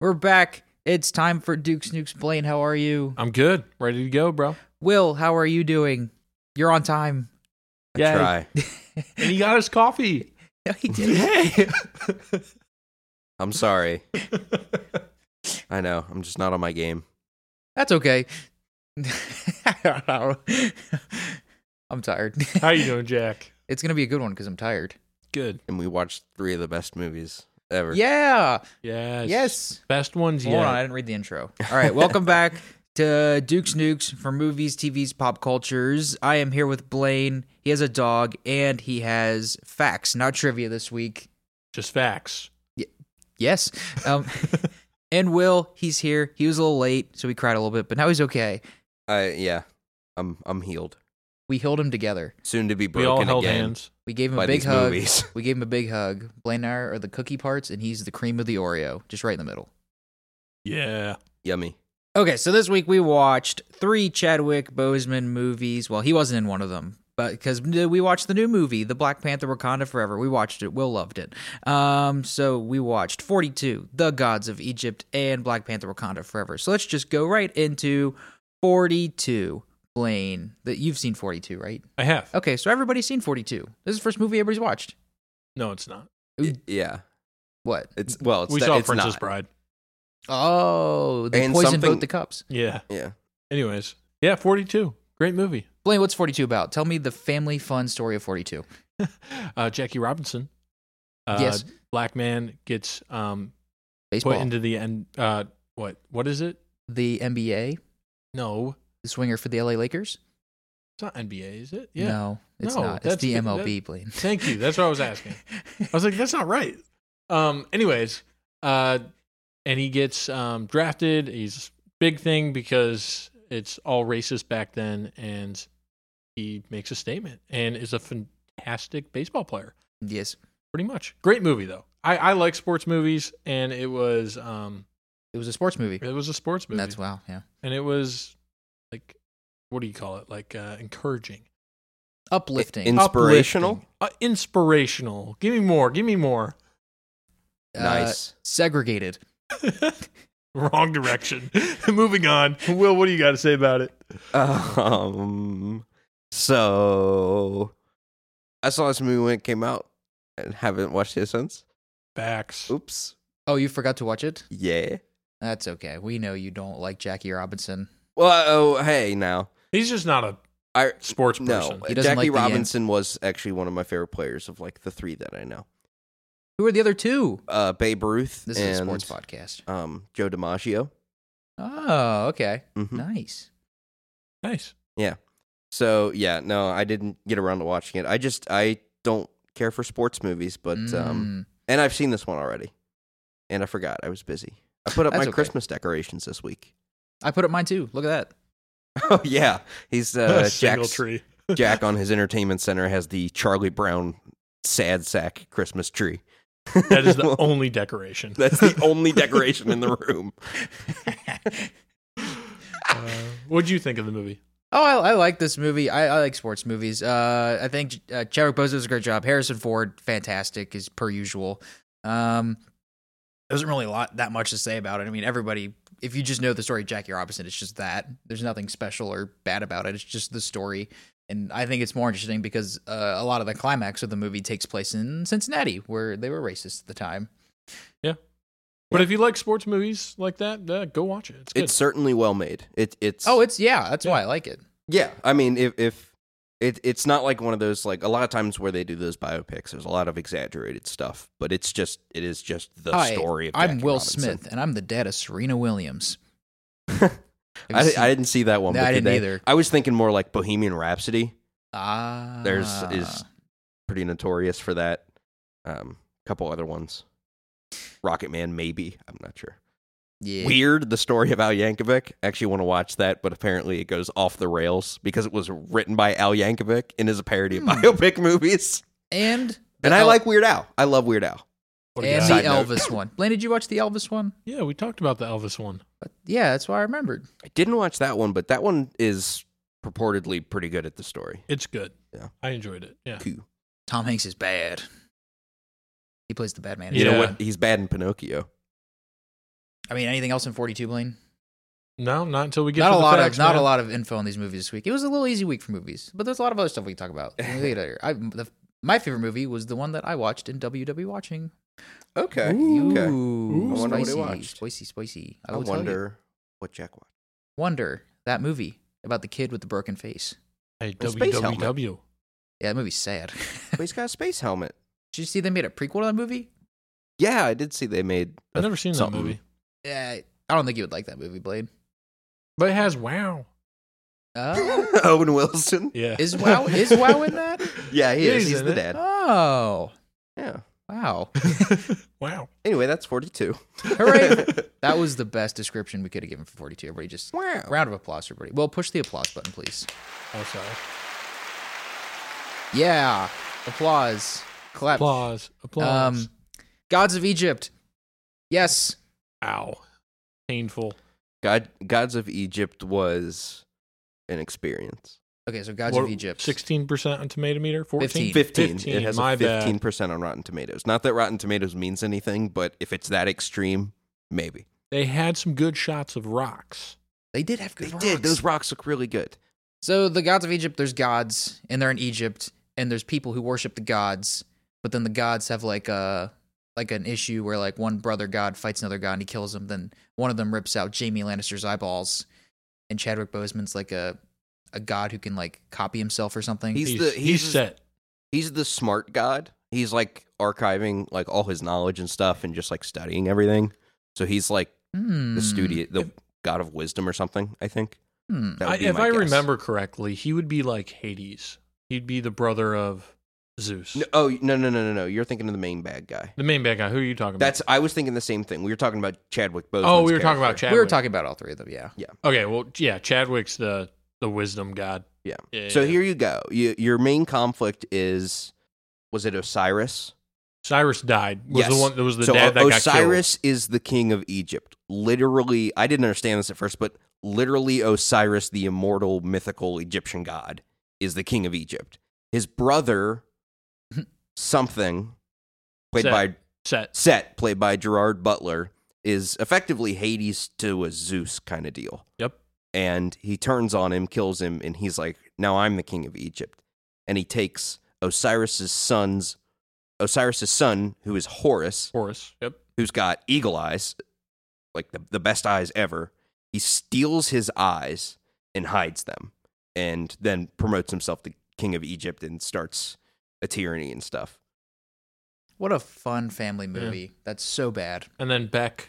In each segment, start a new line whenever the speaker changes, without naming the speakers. We're back. It's time for Duke's Nukes. Blaine, how are you?
I'm good. Ready to go, bro.
Will, how are you doing? You're on time.
Yay.
Try.
And he got his coffee.
No, he didn't.
Yay.
I'm sorry. I know. I'm just not on my game.
That's okay. I don't know. I'm tired.
How you doing, Jack?
It's gonna be a good one because I'm tired.
Good.
And we watched three of the best movies ever.
Yeah.
Yes.
Yes.
Best ones
Hold
yet.
on, I didn't read the intro. All right, welcome back to Duke's Nukes for movies, TVs, pop cultures. I am here with Blaine. He has a dog and he has facts, not trivia this week.
Just facts.
Yes. Um, and Will, he's here. He was a little late, so he cried a little bit, but now he's okay.
I yeah. I'm I'm healed.
We held him together.
Soon to be
We
broken
all held
again
hands.
We gave him
by
a big
these
hug.
movies.
We gave him a big hug. Blaine and I are the cookie parts, and he's the cream of the Oreo, just right in the middle.
Yeah.
Yummy.
Okay, so this week we watched three Chadwick Boseman movies. Well, he wasn't in one of them, but because we watched the new movie, The Black Panther: Wakanda Forever, we watched it. Will loved it. Um, so we watched 42, The Gods of Egypt, and Black Panther: Wakanda Forever. So let's just go right into 42. Blaine, that you've seen 42, right?
I have.
Okay, so everybody's seen 42. This is the first movie everybody's watched.
No, it's not.
Y- yeah.
What?
It's well, it's
we
that-
saw
it's
Princess
not.
Bride.
Oh, they
And
poisoned
something-
both the cups.
Yeah.
Yeah.
Anyways. Yeah, 42. Great movie.
Blaine, what's 42 about? Tell me the family fun story of 42.
Uh, Jackie Robinson. Uh,
Yes.
Black man gets um,
Baseball.
put into the end. Uh, what? What is it?
the NBA,
No.
the swinger for the LA Lakers?
It's not NBA, is it? Yeah.
No, it's
No,
not. It's
that's
the
the-
MLB, Blaine.
Thank you. That's what I was asking. I was like, that's not right. Um, anyways, uh, and he gets um, drafted. He's big thing because it's all racist back then, and he makes a statement and is a fantastic baseball player.
yes.
Pretty much, great movie though. I, I like sports movies, and it was um,
It was a sports movie.
it was a sports movie,
That's wow. Yeah.
and it was like, what do you call it? Like uh, encouraging,
Uplifting.
In- Inspirational?
Uplifting. uh, inspirational. Give me more. Give me more.
Uh,
nice.
Segregated.
Wrong direction. Moving on. Will, what do you got to say about it?
Um so I saw this movie when it came out and haven't watched it since.
Facts.
Oops.
Oh, you forgot to watch it?
Yeah.
That's okay. We know you don't like Jackie Robinson.
Well, oh hey now.
He's just not a
I
sports
no,
person.
He doesn't
Jackie
like the, uh,
Robinson was actually one of my favorite players of like the three that I know.
Who are the other two?
uh, Babe Ruth
This
and
is a sports podcast.
um, Joe DiMaggio.
Oh, okay.
Mhm.
Nice.
Nice.
So yeah, no, I didn't get around to watching it. I just I don't care for sports movies, but
Mm.
um, and I've seen this one already, and I forgot I was busy. I put up my
That's okay.
Christmas decorations this week.
I put up mine too. Look at that.
Oh yeah, he's uh,
Single
Jack's,
tree.
Jack on his entertainment center has the Charlie Brown sad sack Christmas tree.
That is the only decoration.
That's the only decoration in the room.
Uh, what'd you think of the movie?
Oh, I, I like this movie. I, I like sports movies. Uh, I think uh, Chadwick Boseman does a great job. Harrison Ford, fantastic as per usual. Um, there isn't really a lot that much to say about it. I mean, everybody, if you just know the story of Jackie Robinson, it's just that. There's nothing special or bad about it. It's just the story, and I think it's more interesting because uh, a lot of the climax of the movie takes place in Cincinnati, where they were racist at the time.
But if you like sports movies like that, uh, go watch it. It's good.
It's certainly well made. It it's
Oh, it's yeah. That's why I like it.
Yeah, I mean, if if it it's not like one of those like a lot of times where they do those biopics, there's a lot of exaggerated stuff, but it's just it is just the
Hi,
story of.
I'm
Jackie
Will
Robinson.
Smith, and I'm the dad of Serena Williams. Have you
I,
seen-
I didn't see that one.
No,
but
I didn't
today-
either.
I was thinking more like Bohemian Rhapsody.
Ah,
There's is pretty notorious for that. Um, couple other ones. Rocket Man, maybe I'm not sure.
yeah.
Weird, the story of Al Yankovic. I actually want to watch that, but apparently it goes off the rails because it was written by Al Yankovic and is a parody of
Hmm.
biopic movies.
and the
And I
El-
like Weird Al. I love Weird Al.
What a
and
guy.
the
Side note.
Elvis one. Blaine, did you watch the Elvis one?
yeah, we talked about the Elvis one.
But yeah, that's why I remembered.
I didn't watch that one, but that one is purportedly pretty good at the story.
It's good.
Yeah.
I enjoyed it. Yeah.
Cool.
Tom Hanks is bad. He plays the bad man.
You know
Yeah.
what? He's bad in Pinocchio.
I mean, anything else in 42, Blaine?
No, not until we get
Not
to
a
the
lot
facts,
of not
man.
a lot of info on these movies this week. It was a little easy week for movies, but there's a lot of other stuff we can talk about We'll get later. I, the, my favorite movie was the one that I watched in WW watching.
Okay.
Ooh.
Okay.
Ooh,
I
wonder what he
spicy,
watched.
spicy, spicy.
I,
will tell you.
wonder what Jack watched.
wonder that movie about the kid with the broken face.
Hey,
A space helmet.
WWW.
Yeah, that movie's sad.
But he's got a space helmet.
Did you see they made a prequel to that movie?
Yeah, I did see they made. a-
I've never seen that
something.
movie,
Yeah, I don't think you would like that movie, Blade.
but it has wow.
Uh,
Owen Wilson.
Yeah,
Is Wow- is Wow in that?
Yeah, he
Yeah,
is.
he's
He's,
in
the
it.
dad.
oh,
Yeah.
wow!
wow.
Anyway, that's 42.
Hooray! That was the best description we could have given for 42. Everybody, just
wow.
round of applause, for everybody. Well, push the applause button, please.
Oh, sorry.
Yeah, applause, clap.
Applause. Applause.
Um, Gods of Egypt. Yes,
Ow. Painful.
God, Gods of Egypt was an experience.
Okay, so Gods
What-
of Egypt.
16% on tomato meter? 14?
15.
15. It has
my
a
bad.
15% on Rotten Tomatoes. Not that Rotten Tomatoes means anything, but if it's that extreme, maybe.
They had some good shots of rocks.
They did have
They
good
did.
rocks.
Those rocks look really good.
So the gods of Egypt, there's gods, and they're in Egypt, and there's people who worship the gods, but then the gods have like a like an issue where like one brother god fights another god and he kills him, then one of them rips out Jamie Lannister's eyeballs, and Chadwick Boseman's like a a god who can like copy himself or something.
He's
He's,
the-
he's,
he's-
set.
He's the smart god. He's like archiving like all his knowledge and stuff and just like studying everything. So he's like
Hmm.
the studio, the god of wisdom or something, I think.
Hmm.
That
I,
would be
if
my
I
guess.
remember correctly, he would be like Hades. He'd be the brother of Zeus.
No, oh, no, no, no, no, no. You're thinking of the main bad guy.
The main bad guy. Who are you talking
That's I was thinking the same thing. We were talking about Chadwick Boseman.
about? Oh, we were talking about Chadwick.
We were talking about all three of them, yeah.
Okay, well, yeah, Chadwick's the the wisdom god.
Yeah.
yeah
So
yeah.
here you go. You, your main conflict is was it Osiris?
Cyrus died. Was
Yes.
the one that was the
so
dad that
O-
got killed.
Osiris is the king of Egypt. Literally, I didn't understand this at first, but literally Osiris, the immortal mythical Egyptian god, is the king of Egypt. His brother, something, played
Set.
by
Set.
Set, played by Gerard Butler, is effectively Hades to a Zeus kind of deal.
Yep.
And he turns on him, kills him, and he's like, "Now I'm the king of Egypt." And he takes Osiris's sons, Osiris's son, who is Horus,
Horus. Yep.
who's got eagle eyes, like the, the best eyes ever. He steals his eyes and hides them, and then promotes himself to king of Egypt and starts a tyranny and stuff.
What a fun family movie. That's so bad.
And then Beck,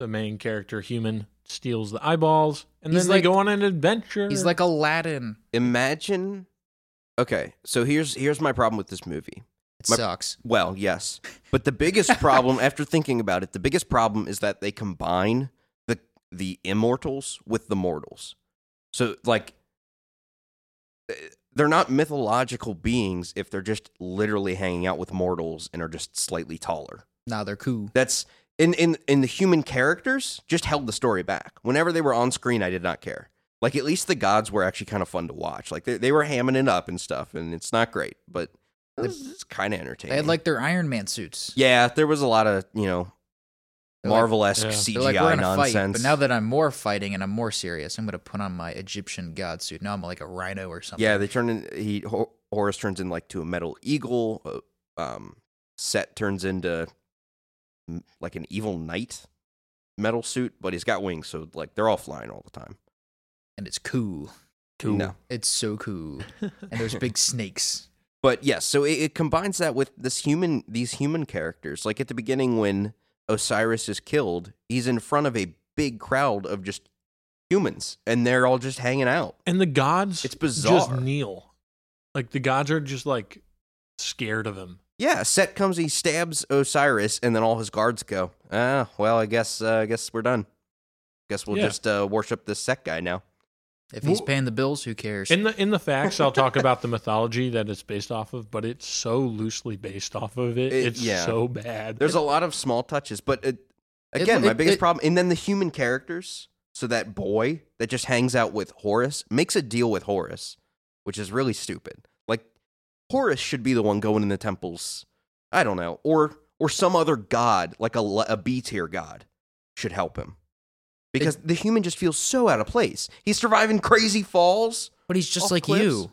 the main character, human, steals the eyeballs, and
He's
then
like-
they go on an adventure.
He's like Aladdin.
Imagine. Okay, so here's here's my problem with this movie.
It
My-
sucks.
Well, yes, but the biggest problem after thinking about it, the biggest problem is that they combine the the immortals with the mortals. So like eh, they're not mythological beings if they're just literally hanging out with mortals and are just slightly taller.
Nah, they're cool.
That's in in in the human characters just held the story back. Whenever they were on screen, I did not care. Like at least the gods were actually kind of fun to watch. Like they they were hamming it up and stuff, and it's not great, but it's kind of entertaining.
They had like their Iron Man suits.
yeah, there was a lot of you know
They're like-
Marvel esque
Yeah.
They're
CGI
like, we're gonna
nonsense.
fight, but now that I'm more fighting and I'm more serious, I'm gonna put on my Egyptian god suit. Now I'm like a rhino or something.
yeah, they turn in he Hor- Horus turns in like to a metal eagle. uh, Um, Set turns into mm, like an evil knight metal suit, but he's got wings, so like they're all flying all the time.
and it's cool.
Cool.
No.
It's so cool. And there's big snakes.
But yes, so it, it combines that with this human, these human characters. Like at the beginning, when Osiris is killed, he's in front of a big crowd of just humans, and they're all just hanging out.
and the gods
It's bizarre.
just kneel. Like the gods are just like scared of him.
Yeah, Set comes, he stabs Osiris, and then all his guards go. Ah, well, I guess, uh, I guess we're done. Guess we'll
Yeah.
just uh, worship this Set guy now.
If he's
Wh-
paying the bills, who cares?
In the in the facts, I'll talk about the mythology that it's based off of, but it's so loosely based off of it.
It-
it's
yeah.
so bad.
There's a lot of small touches, but it, again,
It-
my
it-
biggest
it-
problem, and then the human characters. So that boy that just hangs out with Horus makes a deal with Horus, which is really stupid. Like Horus should be the one going in the temples. I don't know, or or some other god, like a, le- a B tier god, should help him because the human just feels so out of place. He's surviving crazy falls.
But he's just
Off
like
cliffs?
you.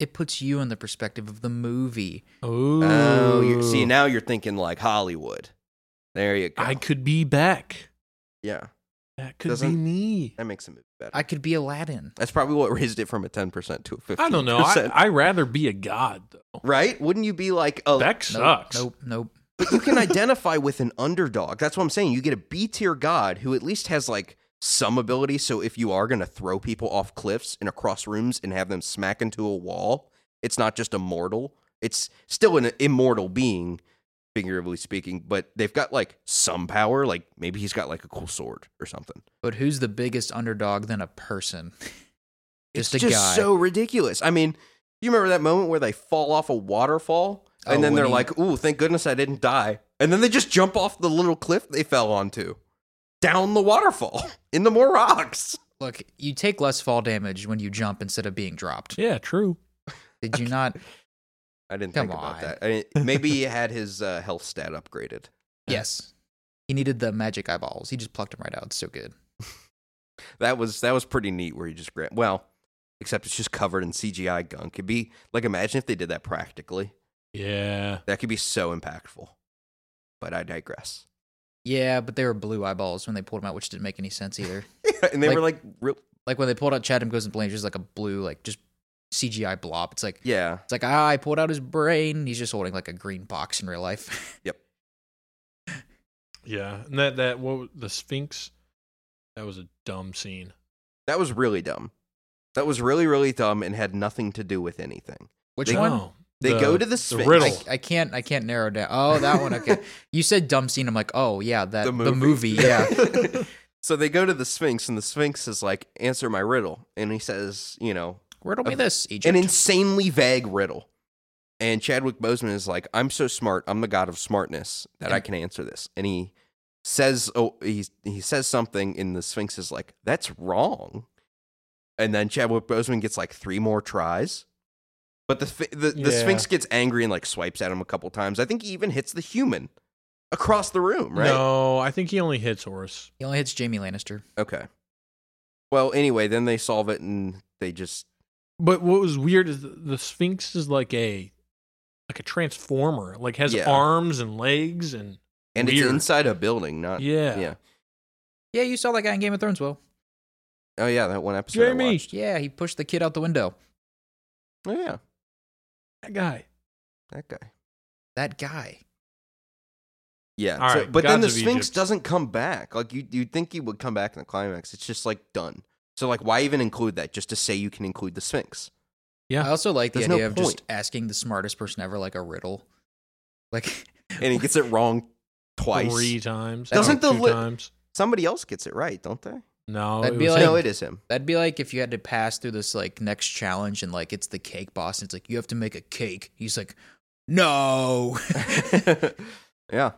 It puts you in the perspective of the movie.
Oh,
Oh, you see now you're thinking like Hollywood. There you go.
I could be Beck.
yeah,
That could be
Doesn't-
me.
that makes the movie better.
I could be Aladdin.
That's probably what raised it from a ten percent to a fifteen.
I don't know. I, I rather be a god though.
right? Wouldn't you be like a?
Beck
Nope,
sucks.
Nope. Nope.
But you can identify with an underdog. That's what I'm saying. You get a B tier god who at least has like some ability. So if you are going to throw people off cliffs and across rooms and have them smack into a wall, it's not just a mortal. It's still an immortal being, figuratively speaking. But they've got like some power. Like maybe he's got like a cool sword or something.
But who's the biggest underdog than a person? just
it's
a
just
guy.
so ridiculous. I mean, you remember that moment where they fall off a waterfall and
Oh,
then
when
they're
he-
like, "Ooh, thank goodness I didn't die." And then they just jump off the little cliff they fell onto, down the waterfall into more rocks.
Look, you take less fall damage when you jump instead of being dropped.
Yeah, true.
Did you not?
I didn't
Come
think about
on.
that. I mean, maybe he had his uh, health stat upgraded.
Yes. He needed the magic eyeballs. He just plucked them right out. It's so good.
That was that was pretty neat. Where he just grabbed. Well, except it's just covered in CGI gunk. It'd be like imagine if they did that practically.
Yeah.
That could be so impactful. But I digress.
Yeah, but they were blue eyeballs when they pulled them out, which didn't make any sense either.
and they
Like-
were like, real,
like when they pulled out Chatham Goes and Blaine, just like a blue, like just CGI blob. It's like
yeah.
it's like ah, I pulled out his brain. He's just holding like a green box in real life.
Yeah. And that that what was- the Sphinx that was a dumb scene.
That was really dumb. That was really, really dumb and had nothing to do with anything.
Which
They-
one?
No,
they go to the Sphinx.
riddle.
I, I can't I can't narrow down. Oh, that one. Okay, you said dumb scene. I'm like, oh yeah, that the movie. yeah,
so they go to the Sphinx, and the Sphinx is like, answer my riddle. And he says, you know,
riddle me
Of-
this, E Egypt.
an insanely vague riddle. And Chadwick Boseman is like, I'm so smart. I'm the god of smartness that I
And-
can answer this. And he says, oh, he, he says something, and the Sphinx is like, that's wrong. And then Chadwick Boseman gets like three more tries. But the, fi- the, the
Yeah.
Sphinx gets angry and like swipes at him a couple times. I think he even hits the human across the room, right?
No, I think he only hits Horus.
he only hits Jamie Lannister.
Okay. Well, anyway, then they solve it and they just
But what was weird is the, the Sphinx is like a like a transformer. Like has
Yeah.
arms and legs and
and it's
Weird.
inside a building, not
yeah.
Uh, yeah.
Yeah, you saw that guy in Game of Thrones. Will.
Oh yeah, that one episode. I
Jamie!
watched.
yeah, he pushed the kid out the window.
Oh yeah,
That guy.
that guy.
That guy.
Yeah.
All
so-
right,
but then the
Gods of
Sphinx
Egypt.
doesn't come back. Like you, you'd think he would come back in the climax. It's just like done. So like, why even include that? Just to say you can include the Sphinx.
Yeah.
I also like the
There's no
idea of just
point.
asking the smartest person ever like a riddle. Like
And he gets it wrong twice.
Three times.
Doesn't
no,
the
two
li-
times?
Somebody else gets it right, don't they?
No,
That'd
it
be
was
like-
him.
no, it is him.
That'd be like if you had to pass through this like next challenge and like it's the cake boss and it's like you have to make a cake. He's like, no.
yeah.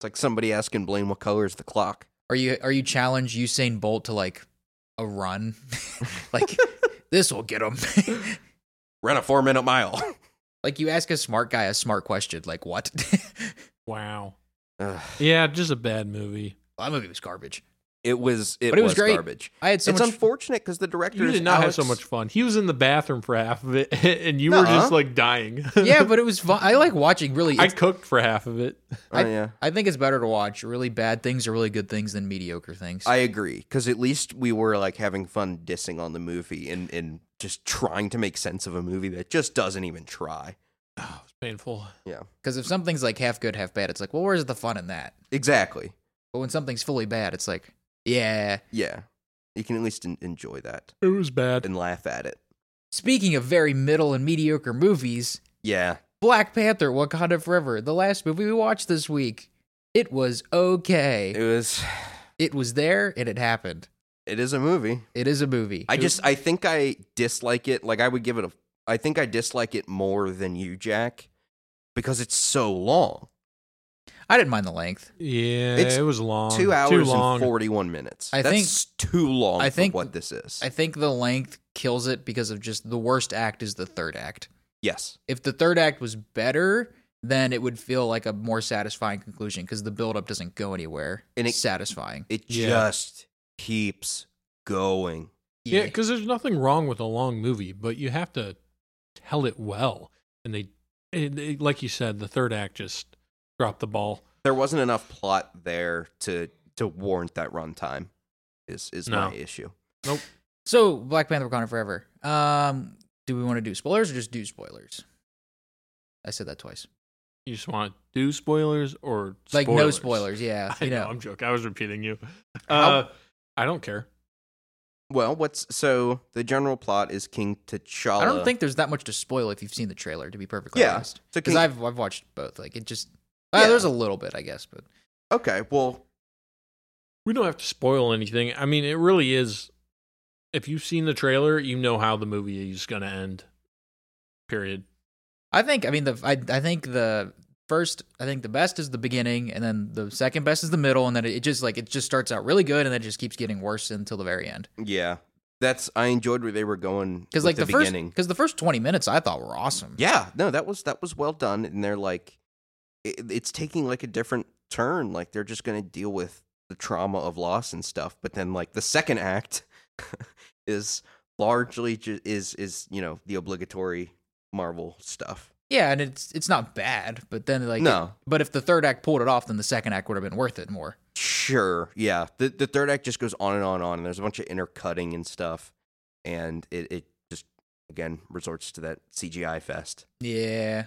It's like somebody asking Blaine what color is the clock.
are you are you challenge Usain Bolt to like a run? like this will get him.
Run a four minute mile.
like you ask a smart guy a smart question. Like what?
wow.
Ugh.
Yeah, just a bad movie.
that movie was garbage.
it was. It,
But it was
was
great.
garbage.
I had so
it's
much.
unfortunate because the director
You
is
did not
Alex-
have so much fun. He was in the bathroom for half of it, and you were
Nuh-uh.
just like dying.
yeah, but it was fun. I like watching really.
I
it's-
cooked for half of it.
Oh, yeah.
I think it's better to watch really bad things or really good things than mediocre things.
I agree because at least we were like having fun dissing on the movie and and just trying to make sense of a movie that just doesn't even try.
Oh, it's painful.
Because if something's like half good, half bad, it's like, well, where's the fun in that?
Exactly.
But when something's fully bad, it's like, yeah.
Yeah, you can at least en- enjoy that
It was bad.
and laugh at it.
Speaking of very middle and mediocre movies,
Yeah,
Black Panther Wakanda Forever, the last movie we watched this week, it was okay.
it was.
It was there and it happened.
It is a movie.
It is a movie.
I just I think I dislike it. Like I would give it a. I think I dislike it more than you, Jack, because it's so long.
I didn't mind the length.
Yeah,
It's
it was long.
Two hours
Too long.
and forty-one minutes.
I
That's too long.
I
for
think-
what this is.
I think the length kills it because of just the worst act is the third act.
yes.
If the third act was better, then it would feel like a more satisfying conclusion because the buildup doesn't go anywhere.
And
And
it-
it's satisfying.
It
Yeah.
just keeps going.
Yeah, because there's nothing wrong with a long movie, but you have to tell it well. And they, and they- like you said, the third act just dropped the ball.
There wasn't enough plot there to to warrant that runtime. Is is
No.
my issue.
So Black Panther: Wakanda Forever. Um, do we want to do spoilers or just do spoilers? I said that twice.
You just want to do spoilers or
Like no spoilers. Yeah,
I
you
know.
know.
I'm joking. I was repeating you.
How-
Uh, I don't care.
Well, what's so the general plot is King T'Challa.
I don't think there's that much to spoil if you've seen the trailer. To be perfectly
Yeah.
honest,
so
because
King-
I've I've watched both. Like it just uh,
Yeah.
there's a little bit, I guess, but
okay. Well,
We don't have to spoil anything. I mean, it really is. If you've seen the trailer, you know how the movie is going to end. Period.
I think I mean the I I think the first I think the best is the beginning, and then the second best is the middle, and then it, it just like it just starts out really good, and then it just keeps getting worse until the very end.
yeah, that's I enjoyed where they were going
Because
with
like
the,
the, first
beginning.
because the first twenty minutes I thought were awesome.
Yeah, no, that was that was well done, and they're like, it, it's taking like a different turn. Like they're just gonna deal with the trauma of loss and stuff, but then like the second act is largely ju- is is you know the obligatory Marvel stuff.
yeah, and it's it's not bad, but then like
no,
But if the third act pulled it off, then the second act would have been worth it more.
sure, yeah. The the third act just goes on and on and on, and there's a bunch of intercutting and stuff, and it it just again resorts to that CGI fest.
Yeah.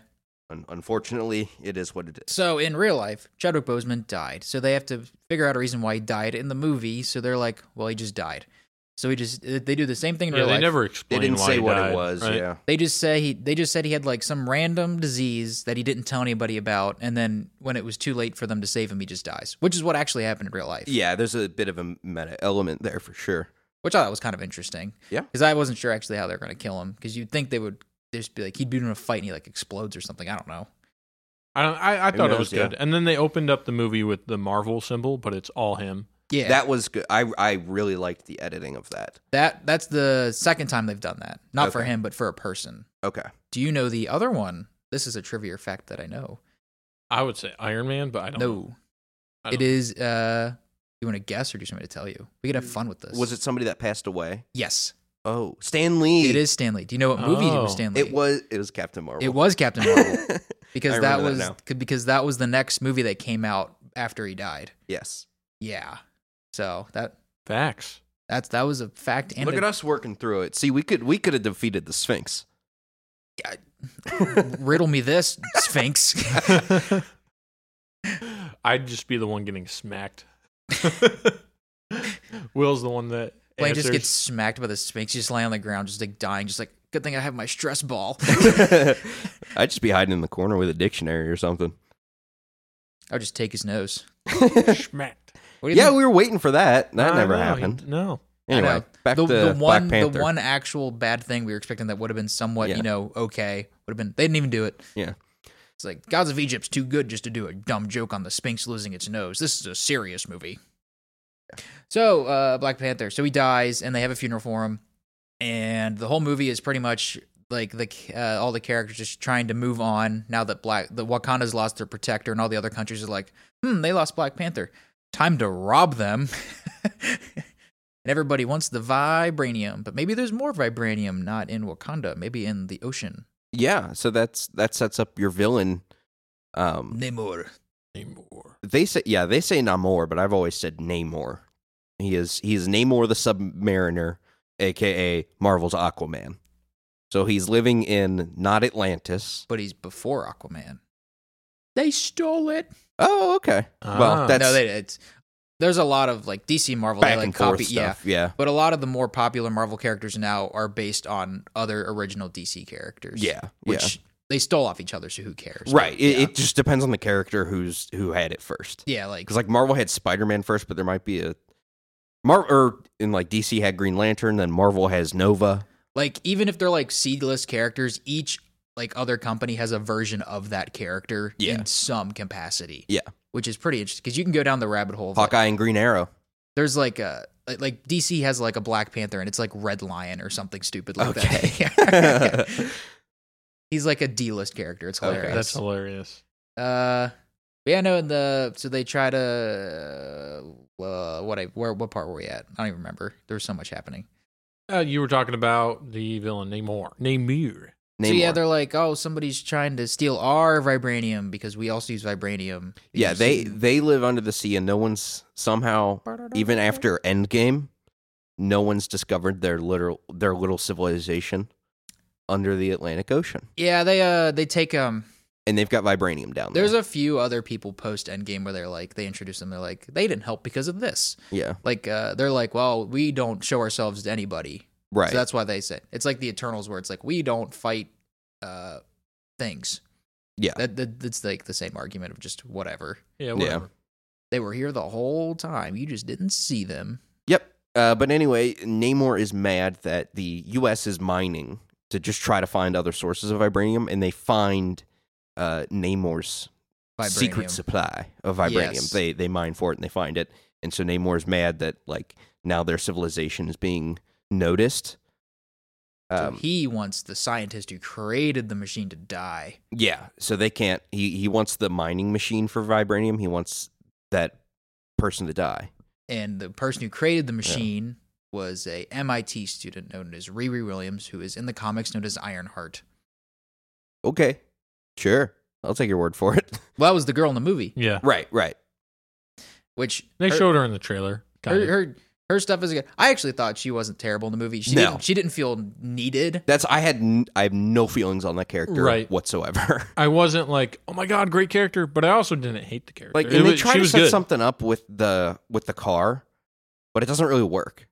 Un- unfortunately, it is what it is.
So in real life, Chadwick Boseman died. So they have to figure out a reason why he died in the movie. So they're like, well, he just died. So he just they do the same thing in
Yeah,
real
they
life.
never explain.
They didn't
why
say
he
what
died,
it was.
right?
Yeah.
They just say he they just said he had like some random disease that he didn't tell anybody about, and then when it was too late for them to save him, he just dies, which is what actually happened in real life.
Yeah, there's a bit of a meta element there for sure.
which I thought was kind of interesting.
Yeah.
because I wasn't sure actually how they're going to kill him because you'd think they would just be like he'd be in a fight and he like explodes or something. I don't know.
I, don't, I, I
Who
thought
knows,
it was
yeah.
good. And then they opened up the movie with the Marvel symbol, but it's all him.
Yeah,
That was good. I I really liked the editing of that.
That that's the second time they've done that. Not for
Okay.
him, but for a person.
Okay.
Do you know the other one? This is a trivia fact that I know.
I would say Iron Man, but I don't. know.
No.
I
It
don't-
is uh you want to guess or do you want me to tell you? We could have fun with this.
Mm. Was it somebody that passed away?
Yes.
Oh, Stan Lee.
It is Stanley. Do you know what movie it
Oh.
was Stanley?
It was. It was Captain Marvel.
it was Captain Marvel.
I
Because that
remember that
was
now.
c- because that was the next movie that came out after he died.
yes.
Yeah. So that
Facts.
that's that was a fact and
Look
a-
at us working through it. See, we could we could have defeated the Sphinx.
riddle me this, Sphinx.
I'd just be the one getting smacked. Will's the one that
Blaine just
answers.
gets smacked by the Sphinx, just lying on the ground, just like dying, just like good thing I have my stress ball.
I'd just be hiding in the corner with a dictionary or something.
I'll just take his nose.
smacked.
What do you
yeah,
think?
we were waiting for that. That
I
never
know, he-
happened.
No.
I know.
Anyway, back
the,
to
the one,
Black Panther.
the one actual bad thing we were expecting that would have been somewhat,
Yeah.
you know, okay, would have been. They didn't even do it.
Yeah.
it's like Gods of Egypt's too good just to do a dumb joke on the Sphinx losing its nose. This is a serious movie. So, uh, Black Panther. So he dies, and they have a funeral for him, and the whole movie is pretty much like the uh, all the characters just trying to move on now that Black the Wakanda's lost their protector, and all the other countries are like, hmm, they lost Black Panther. Time to rob them. And everybody wants the vibranium, but maybe there's more vibranium not in Wakanda, maybe in the ocean.
yeah, so that's that sets up your villain. Um,
Namor.
Namor.
they say yeah they say Namor, but I've always said Namor. He is he is Namor the Submariner, aka Marvel's Aquaman. So he's living in not Atlantis.
But he's before Aquaman. They stole it.
Oh, okay.
Ah.
Well, that's
no, they it's there's a lot of like DC Marvel they
back
like
and forth
copy yeah.
stuff. Yeah,
But a lot of the more popular Marvel characters now are based on other original DC characters.
yeah, yeah.
Which they stole off each other, so who cares?
right. It,
yeah.
it just depends on the character who's who had it first.
yeah, like
Because like Marvel had Spider Man first, but there might be a Mar or in like DC had Green Lantern, then Marvel has Nova.
like even if they're like seedless characters, each like other company has a version of that character
Yeah.
in some capacity.
Yeah.
which is pretty interesting because you can go down the rabbit hole. Of like,
Hawkeye and Green Arrow.
there's like a like- like DC has like a Black Panther and it's like Red Lion or something stupid like
Okay.
that. He's like a D list character. It's
Okay.
hilarious.
That's hilarious.
Uh, but yeah, no, in the so they try to uh, what I where what part were we at? I don't even remember. There was so much happening.
Uh, you were talking about the villain Namor. Namor.
So yeah,
Namor.
they're like, oh, somebody's trying to steal our vibranium because we also use vibranium.
yeah,
Because-
they they live under the sea, and no one's somehow even after Endgame, no one's discovered their literal their little civilization under the Atlantic Ocean,
yeah they uh they take um.
and they've got vibranium down there.
There's a few other people post Endgame where they're like they introduce them. They're like they didn't help because of this.
yeah,
Like uh, they're like, well, we don't show ourselves to anybody.
right.
So that's why they said it's like the Eternals, where it's like we don't fight uh things.
Yeah.
that, that that's like the same argument of just whatever.
Yeah,
Yeah.
whatever.
They were here the whole time. You just didn't see them.
Yep. Uh, but anyway, Namor is mad that the U.S. is mining to just try to find other sources of vibranium, and they find uh, Namor's
Vibranium.
secret supply of vibranium.
Yes.
They they mine for it and they find it, and so Namor's mad that like now their civilization is being noticed.
So
Um,
he wants the scientist who created the machine to die.
yeah, so they can't. He he wants the mining machine for vibranium. He wants that person to die.
and the person who created the machine was a MIT student known as Riri Williams, who is in the comics known as Ironheart.
Okay, sure, I'll take your word for it.
Well, that was the girl in the movie,
Yeah.
right, right.
which
They
her,
showed her in the trailer.
her,
kind of.
her her stuff is good. I actually thought she wasn't terrible in the movie. She
No.
didn't, she didn't feel needed.
That's I had n- I have no feelings on that character
Right.
whatsoever.
I wasn't like, oh my god, great character, but I also didn't hate the character.
like
It
and they
was-
try
she
to
was
set
good.
something up with the with the car, but it doesn't really work.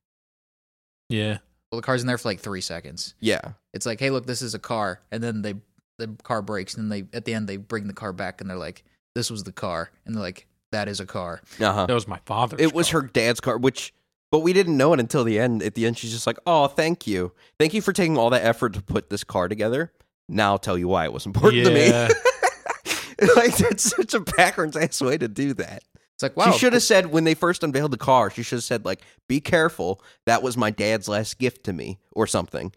Yeah,
Well, the car's in there for like three seconds.
Yeah,
It's like, hey, look, this is a car, and then they the car breaks, and then they at the end they bring the car back, and they're like, this was the car, and they're like, that is a car.
uh huh.
that was my father.
It was her dad's car, which but we didn't know it until the end. At the end, she's just like, "Oh, thank you, thank you for taking all that effort to put this car together." Now I'll tell you why it was important
Yeah.
to me. like that's such a backwards ass way to do that.
It's like, wow,
she should have said when they first unveiled the car, she should have said like, "Be careful, that was my dad's last gift to me," or something.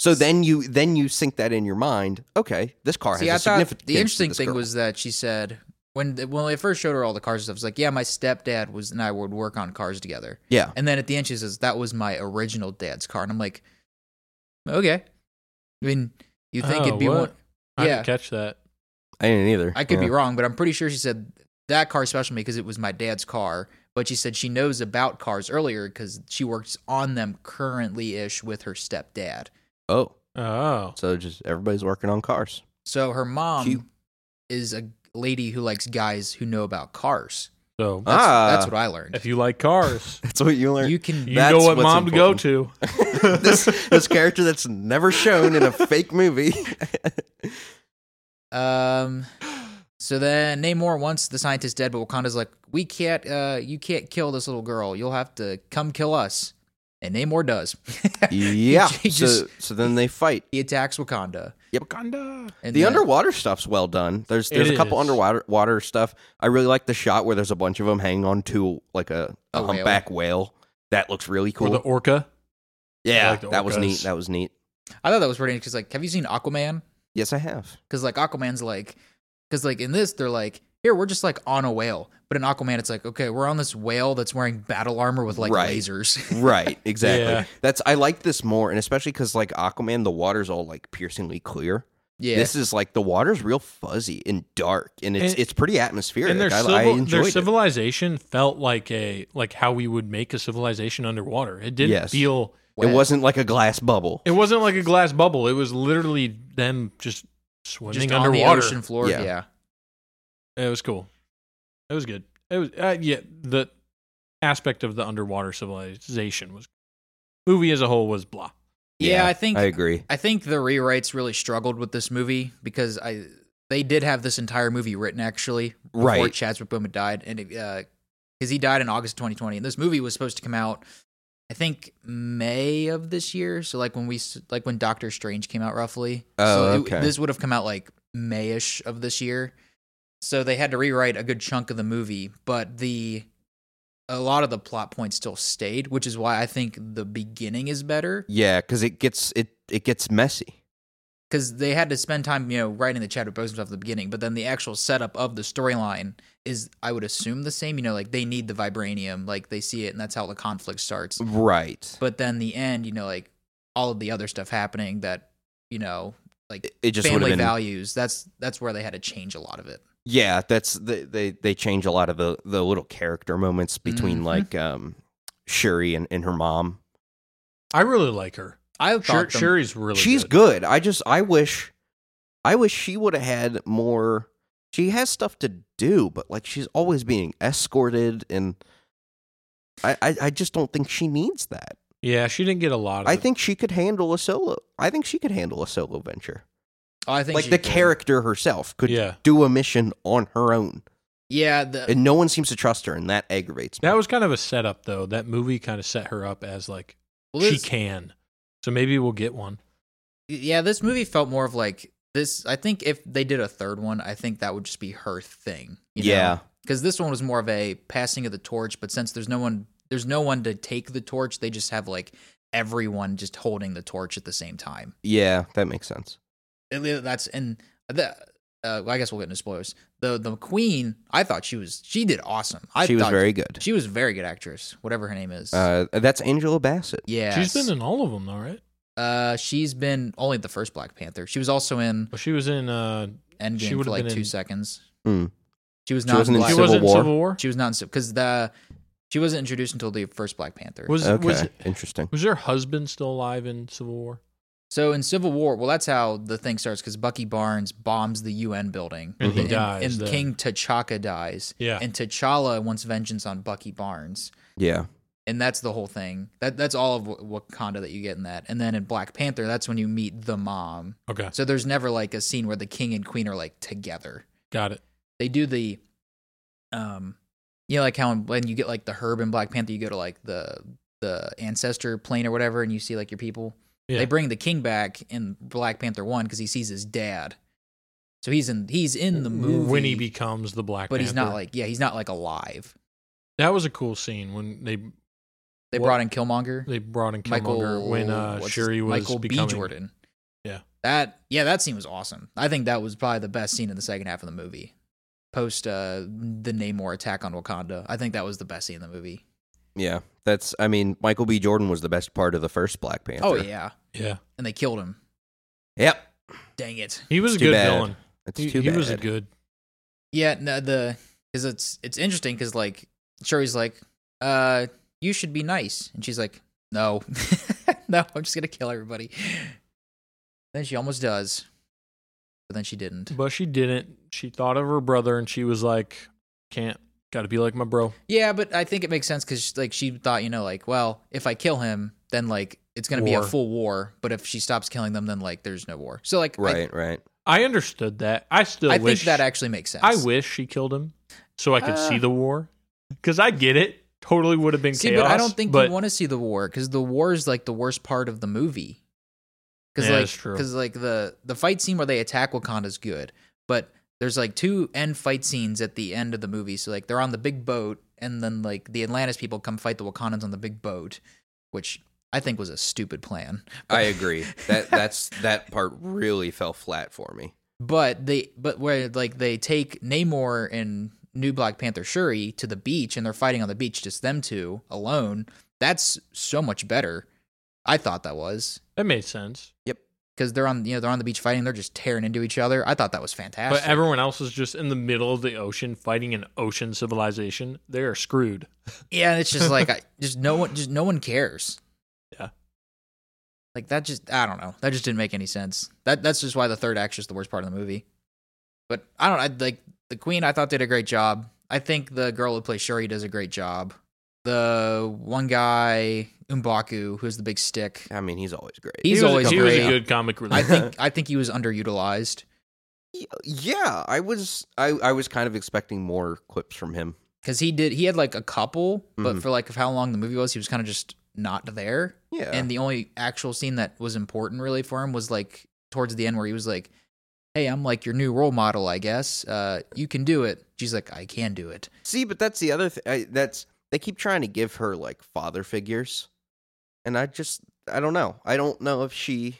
So then you then you sink that in your mind. Okay, this car
See, I
has a
thought
significant.
the interesting thing was that she said when when they first showed her all the cars and stuff, it's like, yeah, my stepdad was and I would work on cars together.
yeah,
And then at the end, she says that was my original dad's car, and I'm like, okay. I mean, you think
Oh,
it'd be
what?
one?
I
yeah.
didn't catch that.
I didn't either.
I could
yeah.
be wrong, but I'm pretty sure she said that car's special to me because it was my dad's car. But she said she knows about cars earlier because she works on them currently ish with her stepdad.
Oh,
Oh,
so just everybody's working on cars.
So her mom
Cute.
is a lady who likes guys who know about cars.
so
That's,
Ah.
that's what I learned.
if you like cars,
That's what you learned.
You can.
you
That's
know what
what's
mom to go to.
this this character that's never shown in a fake movie.
Um. So then Namor wants the scientist dead, but Wakanda's like, "We can't. Uh, you can't kill this little girl. You'll have to come kill us." And Namor does.
yeah.
He just-
so so then they fight.
he attacks Wakanda.
Wakanda.
And
the
then-
underwater stuff's well done. There's there's
It
a couple
is.
underwater water stuff. I really like the shot where there's a bunch of them hanging on to like a, a,
A whale.
humpback whale. That looks really
Or
cool.
the orca.
yeah,
like the
that was
orcas.
neat. That was neat.
I thought that was pretty because, like, have you seen Aquaman?
Yes, I have.
Because like Aquaman's like, because like in this they're like, here we're just like on a whale, but in Aquaman it's like, okay, we're on this whale that's wearing battle armor with like
Right.
lasers.
Right, exactly.
Yeah.
That's I like this more, and especially because like Aquaman, the water's all like piercingly clear.
yeah.
This is like the water's real fuzzy and dark, and it's
And-
it's pretty atmospheric.
And their,
I,
civil,
I
their
enjoyed it.
civilization felt like a like how we would make a civilization underwater. It didn't
Yes.
feel.
It wasn't like a glass bubble.
It wasn't like a glass bubble. It was literally them just swimming
just on the
underwater.
ocean floor.
Yeah.
yeah.
It was cool. It was good. It was uh, yeah. The aspect of the underwater civilization was movie as a whole was blah.
Yeah, I think-
I agree.
I think the rewrites really struggled with this movie because I they did have this entire movie written actually before
Right.
Chadwick Boseman died, and because he died in August 2020, and this movie was supposed to come out, I think May of this year. So like when we s- like when Doctor Strange came out roughly,
Oh,
so
okay.
this would have come out like Mayish of this year. So they had to rewrite a good chunk of the movie, but the a lot of the plot points still stayed, which is why I think the beginning is better.
Yeah, because it gets it it gets messy.
because they had to spend time, you know, writing the Chadwick Boseman stuff at the beginning, but then the actual setup of the storyline is, I would assume, the same. You know, like they need the vibranium, like they see it, and that's how the conflict starts.
Right.
But then the end, you know, like all of the other stuff happening that, you know, like
It- It just would have
family
been
values. That's that's where they had to change a lot of it.
Yeah, that's they they, they change a lot of the, the little character moments between
Mhm.
like um Shuri and, and her mom.
I really like her.
I
Shur-
thought them-
Shuri's really
She's
good.
good. I just I wish I wish she would have had more she has stuff to do, but like she's always being escorted and I, I, I just don't think she needs that.
Yeah, she didn't get a lot of
I
it.
think she could handle a solo. I think she could handle a solo venture.
Oh, I think
Like
she
the
did.
character herself could
Yeah.
do a mission on her own,
Yeah, the,
and no one seems to trust her, and that aggravates me.
That was kind of a setup though. That movie kind of set her up as like
well,
she
this-
can. So maybe we'll get one.
yeah, this movie felt more of like this. I think if they did a third one, I think that would just be her thing.
yeah,
because this one was more of a passing of the torch. But since there's no one, there's no one to take the torch. They just have like everyone just holding the torch at the same time.
yeah, that makes sense.
At least that's and the. Uh, well, I guess we'll get into spoilers. The the queen, I thought she was she did awesome. I
she was
thought-
very good.
she was a very good actress, whatever her name is.
Uh, that's Angela Bassett.
yeah,
She's been in all of them though, right?
Uh, she's been only the first Black Panther. She was also in
Well, she was in uh
Endgame
She
for
would've
like
been
two
in-
seconds.
Hmm.
She was
She
not.
wasn't in
black.
she
Civil
wasn't in
War?
Civil War.
She was not because the she wasn't introduced until the first Black Panther.
Was
Okay,
was
interesting.
was her husband still alive in Civil War?
so in Civil War, well, that's how the thing starts because Bucky Barnes bombs the UN building
And he
and,
dies
and
then.
King T'Chaka dies,
Yeah.
and T'Challa wants vengeance on Bucky Barnes.
Yeah,
and that's the whole thing. That that's all of Wa- Wakanda that you get in that. And then in Black Panther, that's when you meet the mom.
Okay.
So there's never like a scene where the king and queen are like together.
Got it.
They do the, um, you know, like how in- when you get like the herb in Black Panther, you go to like the the ancestor plane or whatever, and you see like your people.
Yeah.
They bring the king back in Black Panther one because he sees his dad. So he's in he's in the movie
when he becomes the Black
but he's not
Panther.
like yeah he's not like alive.
That was a cool scene when they
They
What-
brought in Killmonger.
they brought in Killmonger
Michael
when uh,
what's his-
Shuri was
Michael
becoming,
B. Jordan.
Yeah.
that yeah, that scene was awesome. I think that was probably the best scene in the second half of the movie, post uh, the Namor attack on Wakanda. I think that was the best scene in the movie.
yeah. That's. I mean, Michael B. Jordan was the best part of the first Black Panther.
Oh yeah,
Yeah,
and they killed him.
Yep.
Dang it.
he was a
It's too
good
bad.
villain.
That's
He,
too
he
bad.
was a good.
Yeah, no, the because it's it's interesting because like Shuri's like, uh, you should be nice, and she's like, no, no, I'm just gonna kill everybody. Then she almost does, but then she didn't.
But she didn't. She thought of her brother, and she was like, "Can't, got to be like my bro."
Yeah, but I think it makes sense because like she thought, you know, like, well, if I kill him, then like it's gonna be
War.
a full war. But if she stops killing them, then like there's no war. So like, I-
Right. right.
I understood that. I still
I,
wish
think that actually makes sense.
I wish she killed him, so I could
Uh.
see the war. Because I get it. Totally would have been
see,
chaos.
but I don't think
but
you want to see the war because the war is like the worst part of the movie. Because
Yeah,
like,
that's true.
because like the the fight scene where they attack Wakanda is good, but there's like two end fight scenes at the end of the movie. So like they're on the big boat, and then like the Atlantis people come fight the Wakandans on the big boat, which I think was a stupid plan.
I agree. That that's that part really fell flat for me.
but they but where like they take Namor and New Black Panther Shuri to the beach and they're fighting on the beach just them two alone. That's so much better. I thought that was
that made sense.
because they're on you know they're on the beach fighting. They're just tearing into each other. I thought that was fantastic.
But everyone else is just in the middle of the ocean fighting an ocean civilization. They are screwed.
yeah, and it's just like I, just no one just no one cares.
Yeah.
Like that just I don't know. That just didn't make any sense. That that's just why the third act is the worst part of the movie. But I don't I like the queen I thought did a great job. I think the girl who plays Shuri does a great job. The one guy Umbaku who's the big stick.
I mean, he's always great.
He's
he was,
always
he was a
great.
good comic
I
relief.
think I think he was underutilized.
yeah, I was. I I was kind of expecting more clips from him.
Cause he did, he had like a couple, but
Mhm.
for like of how long the movie was, he was kind of just not there.
Yeah.
and the only actual scene that was important really for him was like towards the end where he was like hey i'm like your new role model i guess uh, you can do it she's like i can do it
See, but that's the other thing. That's they keep trying to give her like father figures, and I just I don't know. I don't know if she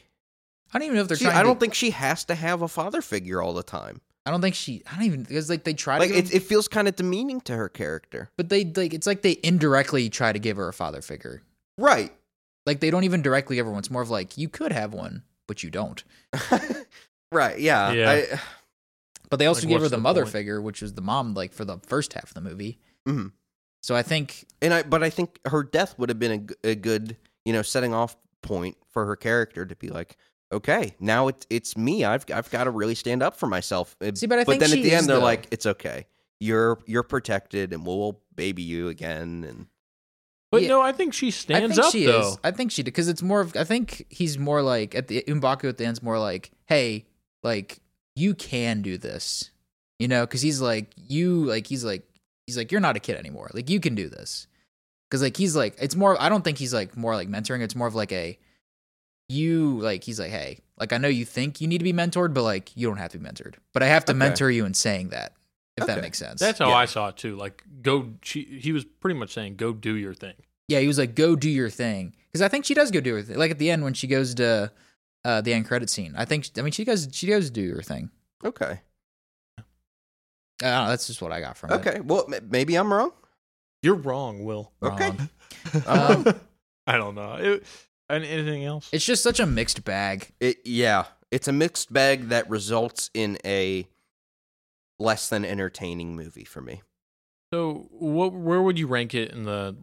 I don't even know if they're
She-
trying.
I don't
To,
think she has to have a father figure all the time.
I don't think she. I don't even because like they try
Like
to, give
it, it feels kind of demeaning to her character.
but they like it's like they indirectly try to give her a father figure.
Right.
Like they don't even directly give her one. It's more of like you could have one, but you don't.
right. Yeah.
Yeah.
I-
But they also
Like,
give her
what's
the,
the
mother
point?
figure, which was the mom, like for the first half of the movie.
Mhm.
So I think
and I, but I think her death would have been a g- a, good, you know, setting off point for her character to be like, okay, now it's it's me. I've I've got to really stand up for myself. It-
see, but I think
but then
she
at the
is,
end, they're
though.
like, it's okay. You're you're protected, and we'll baby you again. And
But
Yeah.
no, I think she
I
stands
think
up
she
though.
is. I think she did because it's more of. I think he's more like at the Umbaku at the end's more like, hey, like you can do this, you know? Because he's like you, like he's like he's like you're not a kid anymore. Like you can do this. Because like he's like it's more. I don't think he's like more like mentoring. It's more of like a you like he's like hey like I know you think you need to be mentored, but like you don't have to be mentored. But I have to
Okay.
mentor you in saying that if
Okay.
that makes sense.
That's how
Yeah.
I saw it too. Like go, she, he was pretty much saying go do your thing.
Yeah, he was like, "Go do your thing," because I think she does go do her thing. Like at the end when she goes to uh, the end credit scene, I think. I mean, she goes. She goes do her thing.
okay,
I don't know, that's just what I got from it.
okay. Well, m- maybe I'm wrong.
You're wrong, Will.
Okay.
Ron.
I'm
Um,
I don't know. It, and anything else?
It's just such a mixed bag.
It yeah, it's a mixed bag that results in a less than entertaining movie for me.
so, what? Where would you rank it in the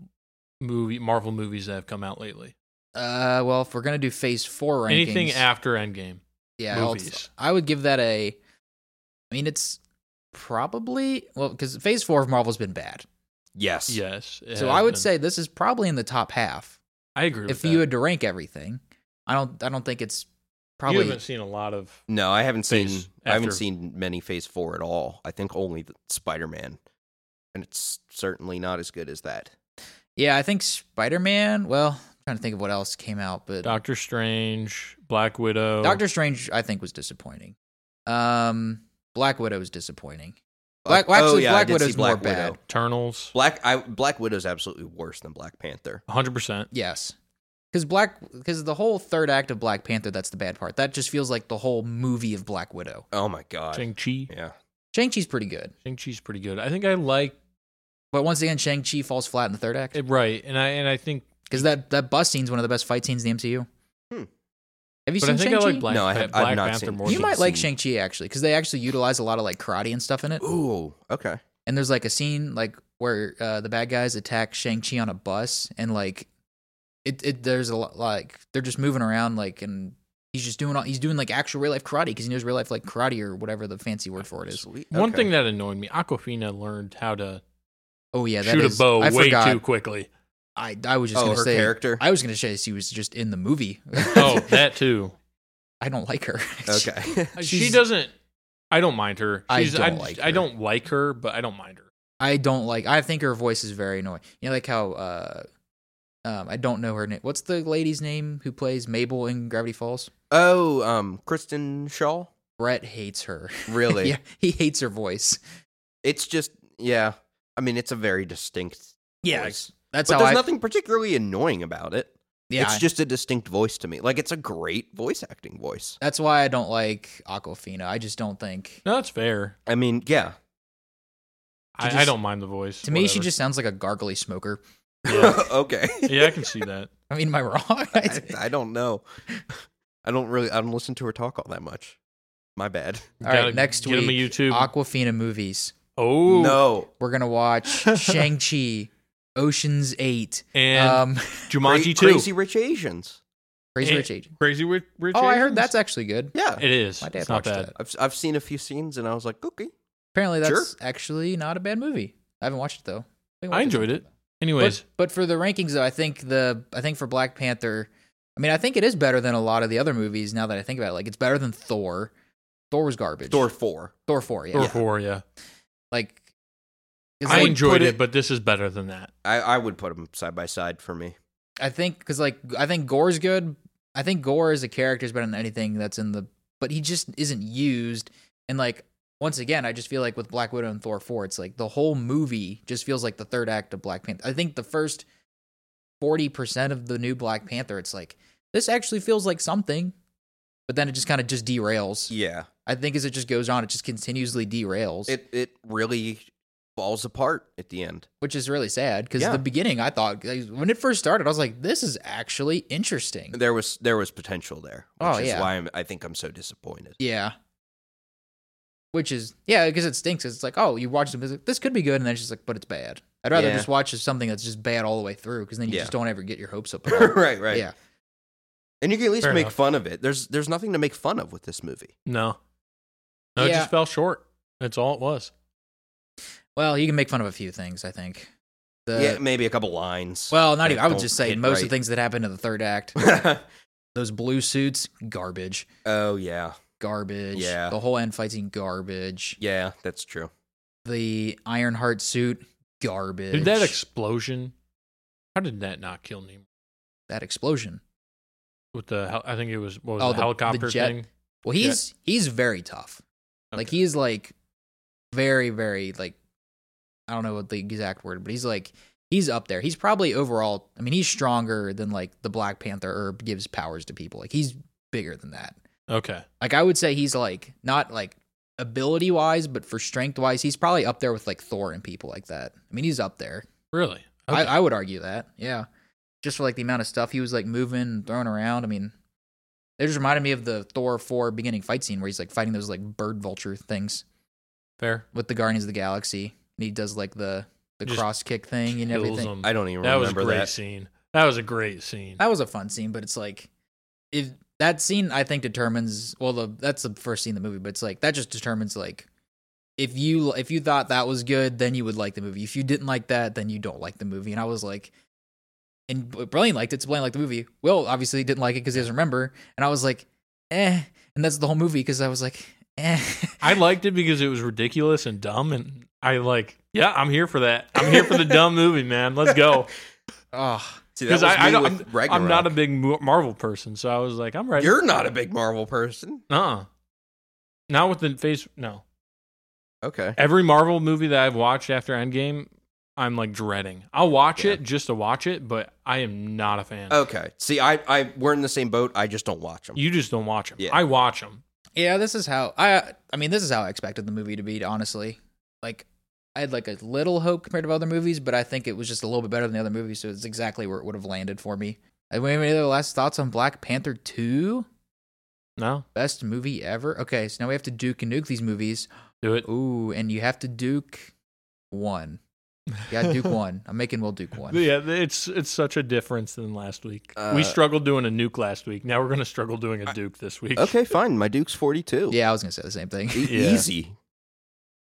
movie Marvel movies that have come out lately?
Uh, well, if we're gonna do Phase Four rankings,
Anything after Endgame?
yeah, I'll-
movies.
I would give that a. I mean, it's probably well because Phase Four of Marvel's been bad,
Yes.
Yes. it
so
has
I would
been.
say this is probably in the top half.
I agree.
If
with
you
that.
had to rank everything, I don't. I don't think it's probably.
you haven't seen a lot of
No, I haven't seen.
Phase
I haven't
after.
seen many Phase Four at all. I think only Spider Man, and it's certainly not as good as that.
Yeah, I think Spider Man. Well, I'm trying to think of what else came out, but
Doctor Strange, Black Widow,
Doctor Strange, I think, was disappointing. Um, Black Widow was disappointing.
Uh,
Black, well,
oh,
actually,
yeah, I
Black
did see
Widow's more
Black Widow.
bad.
Eternals,
Black I, Black Widow's absolutely worse than Black Panther.
hundred percent.
Yes, because Black, because the whole third act of Black Panther, that's the bad part. That just feels like the whole movie of Black Widow.
Oh my god.
Shang Chi.
Yeah.
Shang Chi's pretty good,
Shang Chi's pretty good. I think I like
but once again, Shang Chi falls flat in the third act
it right, and I and I think
because that that bus scene's one of the best fight scenes in the MCU.
Hmm.
Have you
but
seen
I think
Shang
I
Chi?
like Black,
No, I have- I've
Black
not
Panther
seen-
more.
you
than-
might like Shang
seen-
Chi actually because they actually utilize a lot of like karate and stuff in it.
Ooh. Okay.
and there's like a scene like where uh, the bad guys attack Shang Chi on a bus, and like it, it there's a lot like they're just moving around like, and he's just doing all he's doing like actual real life karate because he knows real life like karate or whatever the fancy word for it is.
Sweet.
One
Okay.
thing that annoyed me, Aquafina learned how to
Oh yeah, that is
shoot a bow
I
way
forgot.
too quickly.
I I was just
oh,
gonna
her
say
character.
I was gonna say she was just in the movie.
Oh, that too.
I don't like her.
okay.
she
She's-
doesn't. I don't mind her.
I
She's,
don't like
I
her.
don't like her, but I don't mind her.
I don't like. I think her voice is very annoying. You know, like how uh, um, I don't know her name. What's the lady's name who plays Mabel in Gravity Falls?
oh, um, Kristen Shaw.
Brett hates her.
Really?
yeah, he hates her voice.
It's just yeah. I mean, it's a very distinct. voice.
that's
But
how
there's
I.
nothing particularly annoying about it.
yeah,
it's
I-
just a distinct voice to me. Like it's a great voice acting voice.
that's why I don't like Aquafina. I just don't think.
No, that's fair.
I mean, yeah.
She
I, I
just-
don't mind the voice.
To me, she
whatever.
just sounds like a gargly smoker.
Yeah.
okay.
yeah, I can see that.
I mean, am I wrong?
I, I don't know. I don't really. I don't listen to her talk all that much. My bad.
All right, next
get him a
week,
YouTube.
Aquafina movies.
oh
No.
We're gonna watch Shang Chi, Ocean's Eight,
and
um,
Jumanji
Cra-
too.
Crazy Rich Asians.
Crazy
and-
Rich Agent.
Crazy Rich. Rich
Oh, I heard
Asians?
that's actually good.
Yeah.
It is.
My dad
it's not
watched
bad.
that.
I've I've seen a few scenes and I was like, okay.
Apparently, that's
Sure.
actually not a bad movie. I haven't watched it though. think
I
watch
enjoyed it.
But,
Anyways,
but for the rankings though, I think the I think for Black Panther, I mean I think it is better than a lot of the other movies now that I think about it. Like it's better than Thor. Thor was garbage.
Thor four.
Thor four, yeah.
Thor four, yeah.
Like 'cause
I
like,
enjoyed
put
it,
it-
but this is better than that.
I I would put them side by side for me.
I think because like I think Gore's good. I think Gore as a character is better than anything that's in the. But he just isn't used. And like once again, I just feel like with Black Widow and Thor four, it's like the whole movie just feels like the third act of Black Panther. I think the first forty percent of the new Black Panther, it's like this actually feels like something. but then it just kind of just derails.
Yeah.
I think as it just goes on, it just continuously derails,
It it really falls apart at the end.
which is really sad. Because
Yeah.
the beginning, I thought like, when it first started, I was like, "This is actually interesting."
There was there was potential there, which
Oh,
is
yeah.
why I'm, I think I'm so disappointed.
Yeah, which is yeah, because it stinks. It's like, oh, you watch the music, this could be good, and then it's just like, but it's bad. I'd rather
Yeah.
just watch something that's just bad all the way through, because then you
Yeah.
just don't ever get your hopes up. At all.
right, right.
Yeah,
And you can at least
Fair
make
enough.
fun of it. There's there's nothing to make fun of with this movie.
No. No, it
Yeah.
just fell short. That's all it was.
well, you can make fun of a few things, I think. The,
yeah, Uh, maybe a couple lines.
Well, not
that
even. I would
don't
just say
hit
most of
right.
the things that happen in the third act. Those blue suits, garbage,
oh yeah,
garbage.
Yeah.
The whole end fighting, garbage.
yeah, that's true.
The Ironheart suit, garbage.
Dude, that explosion. How did that not kill Nemo?
that explosion.
With the, hel- I think it was, what was
Oh,
the,
the- the
helicopter
jet-
thing?
Well, he's he's very tough. Like
Okay.
he's like very very like I don't know what the exact word, but he's like he's up there. He's probably overall. I mean, he's stronger than like the Black Panther herb gives powers to people. Like he's bigger than that.
Okay.
Like I would say he's like not like ability wise, but for strength wise, he's probably up there with like Thor and people like that. I mean, he's up there.
Really? Okay.
I, I would argue that. Yeah. Just for like the amount of stuff he was like moving and throwing around. I mean, it just reminded me of the Thor 4 beginning fight scene where he's like fighting those like bird vulture things
Fair.
with the Guardians of the Galaxy. And he does like the the
Just
cross kick thing and
Kills
everything.
'em.
I don't even
that was a
remember
great
that.
scene. That was a great scene.
That was a fun scene, but it's like if that scene I think determines well the that's the first scene in the movie, but it's like that just determines like if you if you thought that was good, then you would like the movie. If you didn't like that, then you don't like the movie. And I was like and Blaine liked it, so Blaine liked the movie. Will obviously didn't like it because he doesn't remember. And I was like, eh. And that's the whole movie because I was like, eh.
I liked it because it was ridiculous and dumb, and I like, yeah, I'm here for that. I'm here for the dumb movie, man. Let's go.
oh,
See, that
Because
was
Ah. I, I
me
don't,
with
I'm, I'm
Ragnarok.
not a big Mo- Marvel person, so I was like, I'm ready.
You're not a big Marvel person.
uh Not with the face. No,
Okay.
every Marvel movie that I've watched after Endgame, I'm like dreading. I'll watch
Yeah. Oh.
it just to watch it, but I am not a fan.
Okay. See, I, I we're in the same boat. I just don't watch them.
You just don't watch them.
Yeah.
I watch them.
Yeah, this is how I I mean this is how I expected the movie to be, honestly. Like I had like a little hope compared to other movies, but I think it was just a little bit better than the other movies, so it's exactly where it would have landed for me. Uh, And we have any other last thoughts on Black Panther 2?
No,
Best movie ever? Okay, so now we have to duke and nuke these movies.
do it.
Ooh, and you have to duke one. Yeah, Duke one. I'm making Will Duke one.
Yeah, it's it's such a difference than last week.
Uh,
we struggled doing a nuke last week. Now we're gonna struggle doing a duke this week.
okay, fine. My Duke's forty-two.
Yeah, I was gonna say the same thing.
E-
Yeah.
Easy.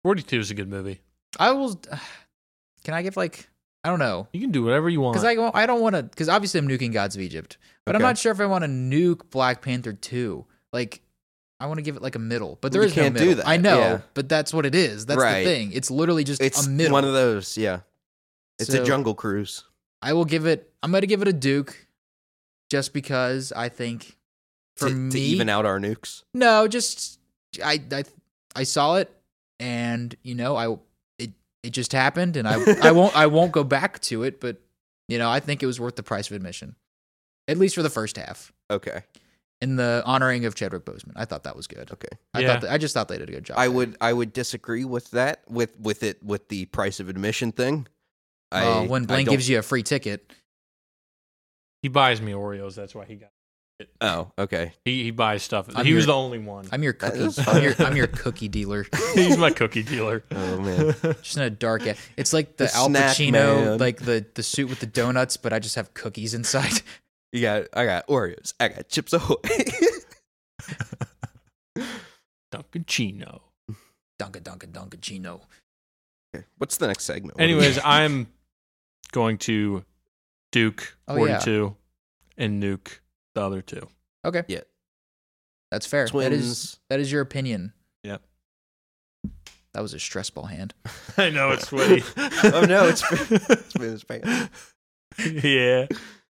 forty two is a good movie.
I will. Can I give like I don't know.
You can do whatever you want.
Because I, won't- I don't want to. Because obviously I'm nuking Gods of Egypt, but I'm
Okay.
not sure if I want to nuke Black Panther two. Like I want to give it like a middle, but there
You
is
can't
no
do
middle.
that,
I know,
yeah.
but that's what it is. That's
Right.
the thing. It's literally just
It's
a middle.
one of those. Yeah. It's
So,
a Jungle Cruise.
I will give it. I'm gonna give it a Duke, just because I think for
to,
me
to even out our nukes.
No, just I I I saw it, and you know I it it just happened, and I I won't I won't go back to it, but you know I think it was worth the price of admission, at least for the first half.
Okay.
In the honoring of Chadwick Boseman, I thought that was good.
Okay.
I
Yeah.
thought that, I just thought they did a good job.
I
there.
would I would disagree with that with with it with the price of admission thing. I,
Oh,
Well, Uh, when Blaine
I
gives you a free ticket,
he buys me Oreos. That's why he got.
Oh, okay.
He he buys stuff.
I'm
he was
your-
the only one.
I'm your cookie.
is
I'm your, I'm your cookie dealer.
He's my cookie dealer.
Oh man.
Just in a dark. a- It's like the,
The
Al
snack
Pacino,
man.
like the the suit with the donuts, but I just have cookies inside.
You got I got Oreos. I got Chips Ahoy.
Dunkin' Chino.
Dunka Dunka Dunka Chino.
Okay, What's the next segment? What do we-
Anyways, I'm going to Duke
Oh,
42 and Nuke the other two.
Okay.
Yeah.
That's fair. That is
Twins.
that is your opinion.
Yep.
That was a stress ball hand.
I know it's sweaty.
oh no, it's it's been his pants.
yeah.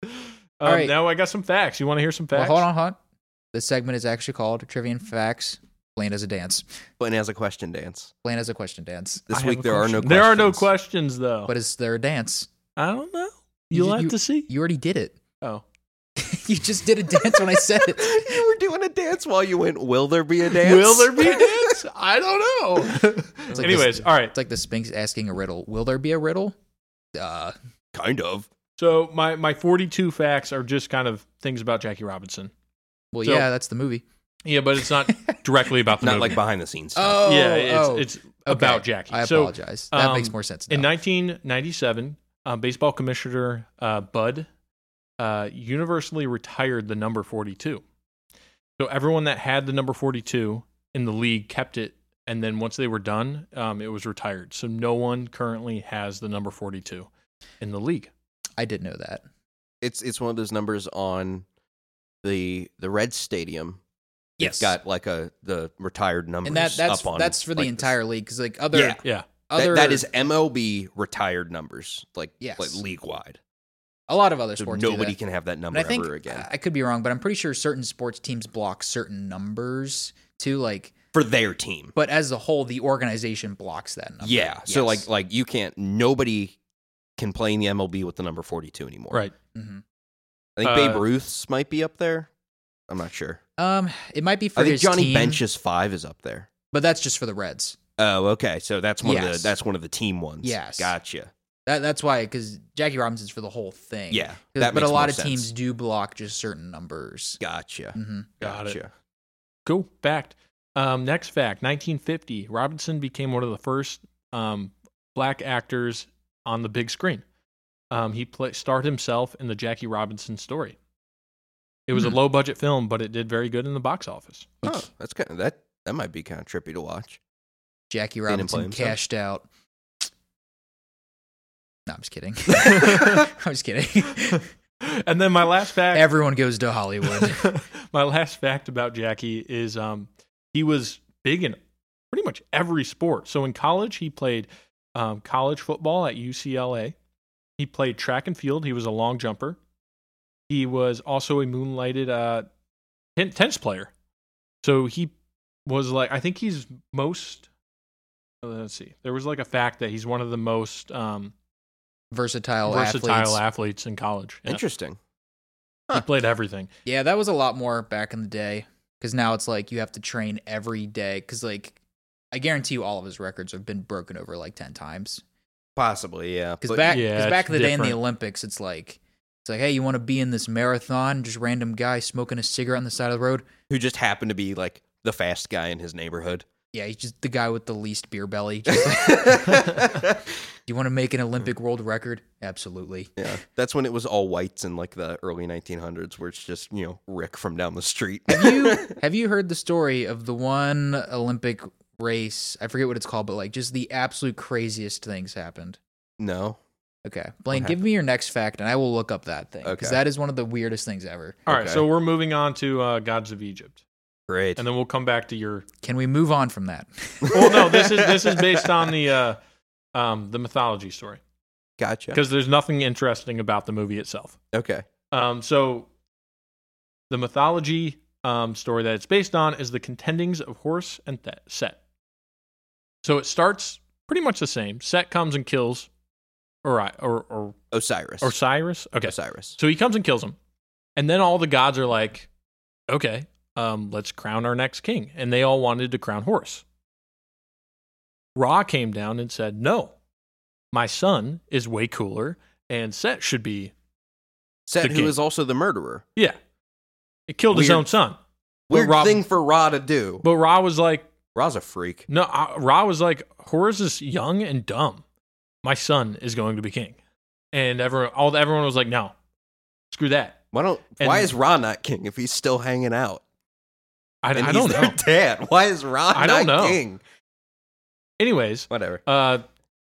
Um,
All right.
Now I got some facts. You want to hear some
Well,
facts?
hold on, hold on. This segment is actually called Trivia and Facts. Blaine has a dance.
Blaine has a question dance.
Blaine has a question dance.
This
I have
week
a
there are no
question.
questions.
There are no questions though.
But is there a dance?
I don't know.
You
You'll
ju-
have to see.
You already did it.
oh.
you just did a dance when I said it.
you were doing a dance while you went, Will there be a dance?
Will there be a dance? I don't know.
It's like this-
Anyways, all right.
It's like the Sphinx asking a riddle. Will there be a riddle? Uh,
Kind of.
So my my 42 facts are just kind of things about Jackie Robinson.
well,
So-
yeah, that's the movie.
Yeah, but it's not directly about the
Not
movie.
like behind the scenes stuff.
Oh,
yeah, it's,
oh,
it's
okay.
about Jackie.
I
so
apologize. That
um,
makes more sense.
in
now.
1997, uh, baseball commissioner uh, Bud uh, universally retired the number 42. So everyone that had the number 42 in the league kept it, and then once they were done, um, it was retired. So no one currently has the number 42 in the league.
I did know that.
It's it's one of those numbers on the the Red Stadium. It's got like a the retired numbers.
and that that's
up on
that's for the
like this.
entire league because like other
Yeah.
Yeah,
That-
other
that is MLB retired numbers, like
Yes.
like league wide.
a lot of other
So
sports. do
nobody
that.
can have that
But
number
I think
ever again
I- I could be wrong, but I'm pretty sure certain sports teams block certain numbers too. Like,
for their team.
but as a whole, the organization blocks that number.
Yeah. So
Yes.
like like you can't nobody can play in the MLB with the number 42 anymore.
right.
Mhm.
I think
Uh,
Babe Ruth's might be up there. I'm not sure.
Um, it might be for
I think
his
Johnny
team,
Bench's 5 is up there.
but that's just for the Reds.
Oh, okay. So that's one of
Yes.
the that's one of the team ones.
Yes.
Gotcha.
That that's why because Jackie Robinson's for the whole thing.
Yeah.
'Cause-
That
but a
makes
lot
more
of teams
sense.
do block just certain numbers.
Mm.
Gotcha.
hmm
Got it.
gotcha.
Cool. Fact. Um, next fact 1950, Robinson became one of the first um, black actors on the big screen. Um, he play, starred himself in the Jackie Robinson story. It was
Hmm.
a low budget film, but it did very good in the box office.
Oh, that's kind of that that might be kind of trippy to watch.
Jackie
play
Robinson
himself.
cashed out. No, I'm just kidding. I'm just kidding.
and then my last fact.
Everyone goes to Hollywood.
my last fact about Jackie is um, he was big in pretty much every sport. So in college, he played um, college football at UCLA. He played track and field. He was a long jumper. He was also a moonlighted uh, ten- tennis player. So he was like, I think he's most. uh, Let's see. There was like a fact that he's one of the most um,
Versatile,
versatile
athletes.
athletes. in college. Yeah.
Interesting.
He played everything.
Yeah, that was a lot more back in the day because now it's like you have to train every day because like I guarantee you all of his records have been broken over like ten times.
Possibly, yeah.
Because
But-
back,
yeah,
'cause back in
it's
the day in the
different.
Olympics, it's like it's like hey, you want to be in this marathon? Just random guy smoking a cigarette on the side of the road.
who just happened to be like the fast guy in his neighborhood.
Yeah, he's just the guy with the least beer belly. Just like,
yeah,
Do you want to make
Hmm.
an Olympic world record? Absolutely.
that's when it was all whites in like the early 1900s, where it's just you know Rick from down the street.
Have you have you heard the story of the one Olympic race? I forget what it's called, but like just the absolute craziest things happened.
no,
Okay, Blaine, give me your next fact, and I will look up that thing because
Okay.
that is one of the weirdest things ever.
All right,
Okay.
so we're moving on to uh, Gods of Egypt.
great.
and then we'll come back to your.
Can we move on from that?
Well, no, this is this is based on the uh, um, the mythology story
gotcha.
because there's nothing interesting about the movie itself.
Okay,
Um, so, the mythology um, story that it's based on is the contendings of Horus and Th- Set. So it starts pretty much the same. Set comes and kills, or or or
Osiris.
Osiris. Okay,
Osiris.
So he comes and kills him. And then all the gods are like, okay, um, let's crown our next king. And they all wanted to crown Horus. Ra came down and said, no, my son is way cooler and Set should be.
Set,
the
who
king.
is also the murderer.
Yeah. It killed his
Weird.
own son. But
Weird
Rob-
thing for Ra to do.
But Ra was like,
Ra's a freak.
no, uh, Ra was like, Horus is young and dumb. My son is going to be king. And everyone, all, everyone was like, no, screw that.
Why don't?
And-
why is Ra not king if he's still hanging out?
I,
And
I
he's
don't
their
know.
Dad, why is Ra
I don't
not
know.
king?
Anyways,
Whatever.
uh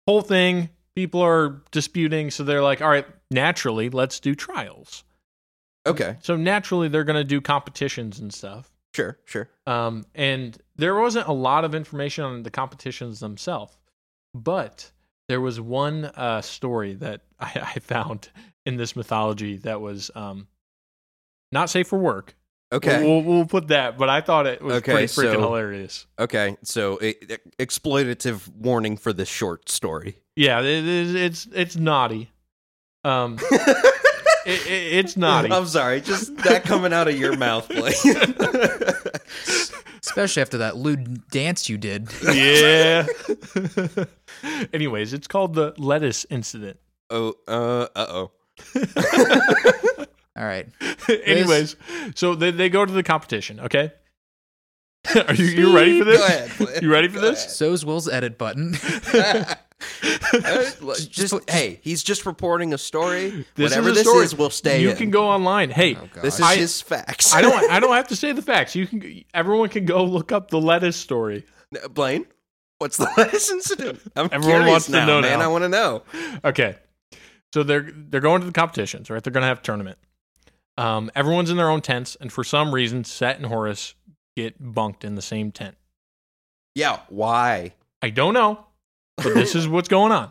whole thing people are disputing so they're like all right naturally let's do trials
Okay,
so naturally they're going to do competitions and stuff
sure, sure.
um and there wasn't a lot of information on the competitions themselves but there was one uh story that I, I found in this mythology that was um not safe for work
Okay,
we'll, we'll put that but i thought it was
Okay,
pretty freaking
so-
hilarious
okay. So, e- e- exploitative warning for this short story.
yeah it, it, it's it's naughty um it, it, it's naughty.
I'm sorry, just that coming out of your mouth, Blake.
Especially after that lewd dance you did.
yeah. Anyways, it's called the lettuce incident.
oh, uh, uh oh.
All right.
Anyways, so they, they go to the competition, okay? Are you you ready for this?
Go ahead, Blake.
You ready for
Go
this?
So's Will's edit button.
ahead. Uh, just, hey, he's just reporting a story.
This
Whatever
is a
this
story.
is, will stay.
You
in. Oh,
can go online. Hey,
God.
This is
I-
his facts.
I don't I don't have to say the facts. You can everyone can go look up the lettuce story.
Blaine, what's the last incident? I'm
Everyone
curious
wants to
now,
know
man.
now.
I want to know.
Okay. So they're they're going to the competitions, right? They're going to have a tournament. Um, everyone's in their own tents, and for some reason, Set and Horace get bunked in the same tent.
Yeah, why?
I don't know, but this is what's going on.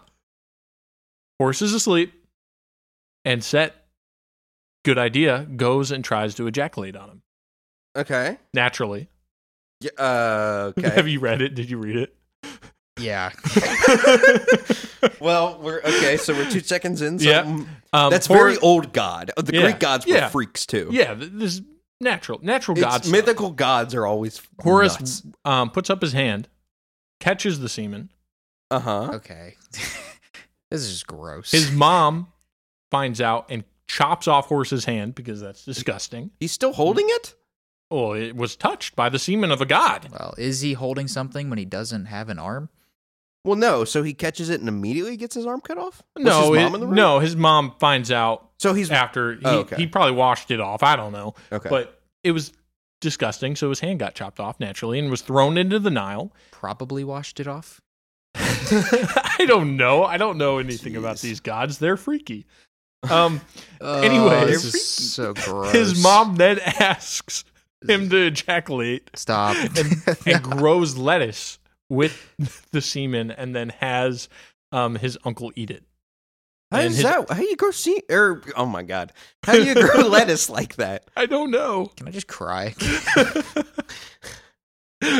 Horace is asleep, and Set, good idea, goes and tries to ejaculate on him.
Okay.
Naturally,
Yeah, uh,
have
okay.
you read it? Did you read it?
yeah.
well, we're okay. So we're two seconds in.
Yeah.
something-
Um,
That's
Hor-
very old god. Oh, The
Yeah.
Greek gods were
Yeah.
freaks too.
Yeah, th- this is natural, natural
It's-
gods.
mythical gods are always
Horace um, puts up his hand, catches the semen.
Uh huh.
Okay. this is just gross.
His mom finds out and chops off Horace's hand because that's disgusting.
He's still holding it.
Oh, it was touched by the semen of a god.
well, is he holding something when he doesn't have an arm?
Well, no. So he catches it and immediately gets his arm cut off. Was
no,
his
it-
mom in the room?
no, his mom finds out
So he's
after he,
Oh, okay.
he probably washed it off. I don't know,
okay.
but it was disgusting. So his hand got chopped off naturally and was thrown into the Nile.
Probably washed it off.
I don't know. I don't know anything about
Jeez.
these gods. They're freaky. Um,
Uh,
Anyway.
this
They're
is so gross.
his mom then asks him to ejaculate
Stop.
and, and grows lettuce with the semen and then has um, his uncle eat it.
how
and
is
his-
that? How you grow see? Or oh my god, how do you grow lettuce like that?
I don't know.
Can I just cry?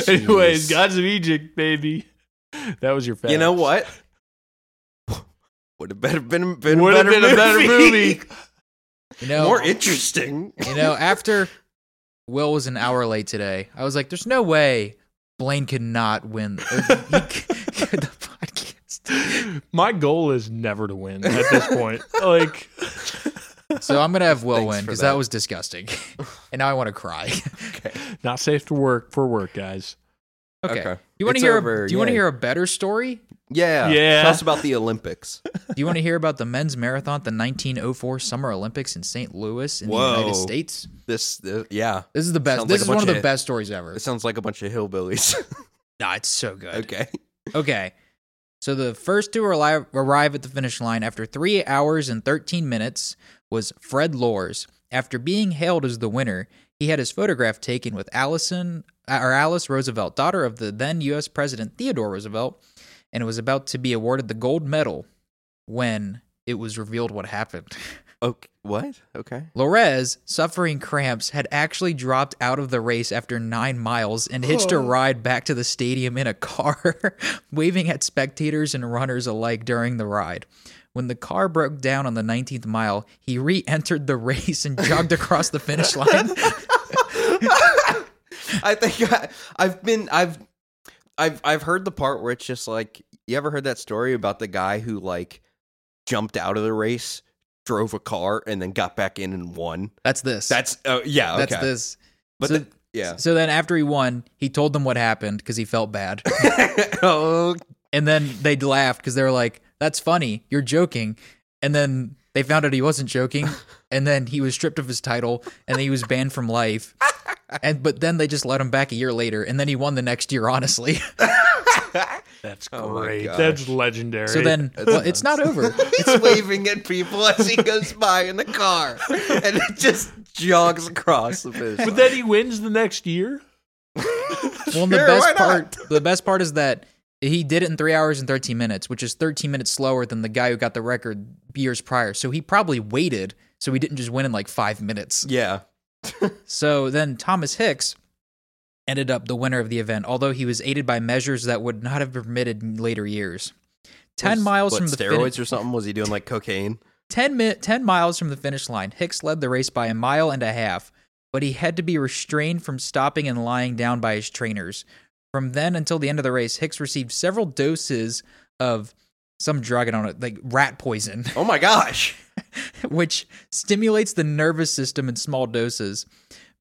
Anyways, gods of Egypt, baby. That was your favorite.
You know what? Would have better been been,
Would have
better
been a better movie.
You know,
More interesting.
you know, after Will was an hour late today, I was like, "There's no way Blaine could not win or he c- the podcast."
My goal is never to win at this point. like,
So I'm gonna have Will
Thanks
win
for
because that.
that.
was disgusting, and now I want to cry.
not safe to work for work, guys.
Okay.
Okay.
You want to
It's
hear?
over,
a, do you want to
yay.
hear a better story?
Yeah.
Yeah.
Tell us about the Olympics.
Do you want to hear about the men's marathon, at the 1904 Summer Olympics in St. Louis in the United
Whoa.
States?
This, this yeah.
This is the best.
Sounds
this
like
is
a
one of
bunch
the
of-
best stories ever.
It sounds like a bunch of hillbillies.
Nah, it's so good.
okay.
Okay. So the first to arri- arrive at the finish line after three hours and 13 minutes was Fred Lors. After being hailed as the winner, he had his photograph taken with Allison uh, or Alice Roosevelt, daughter of the then U.S. President Theodore Roosevelt, and was about to be awarded the gold medal when it was revealed what happened.
Okay. What? Okay.
Lorez, suffering cramps, had actually dropped out of the race after nine miles and hitched a ride back to the stadium in a car, waving at spectators and runners alike during the ride. When the car broke down on the 19th mile, he re entered the race and jogged across the finish line.
I think I, I've been I've I've I've heard the part where it's just like you ever heard that story about the guy who like jumped out of the race, drove a car, and then got back in and won.
That's this.
That's uh, yeah.
That's
okay.
this.
But
so-
the- yeah.
So then, after he won, he told them what happened because he felt bad.
oh,
And then they laughed because they were like, that's funny. You're joking. And then they found out he wasn't joking. And then he was stripped of his title and then he was banned from life. And but then they just let him back a year later and then he won the next year, honestly.
That's
Oh my
great.
gosh.
That's legendary.
So then well, it's not over.
he's waving at people as he goes by in the car, and it just jogs across the finish.
But then he wins the next year?
Well, and the
Sure, why
best
not?
part the best part is that he did it in three hours and thirteen minutes, which is thirteen minutes slower than the guy who got the record years prior. So he probably waited so he didn't just win in like five minutes.
yeah,
So then Thomas Hicks ended up the winner of the event, although he was aided by measures that would not have been permitted in later years. Ten
Was-
miles
what,
from the
steroids
finish,
or something. Was he doing like cocaine?
10, mi- 10 miles from the finish line, Hicks led the race by a mile and a half, but he had to be restrained from stopping and lying down by his trainers. From then until the end of the race, Hicks received several doses of some drug, I don't know, like rat poison,
Oh my gosh.
which stimulates the nervous system in small doses,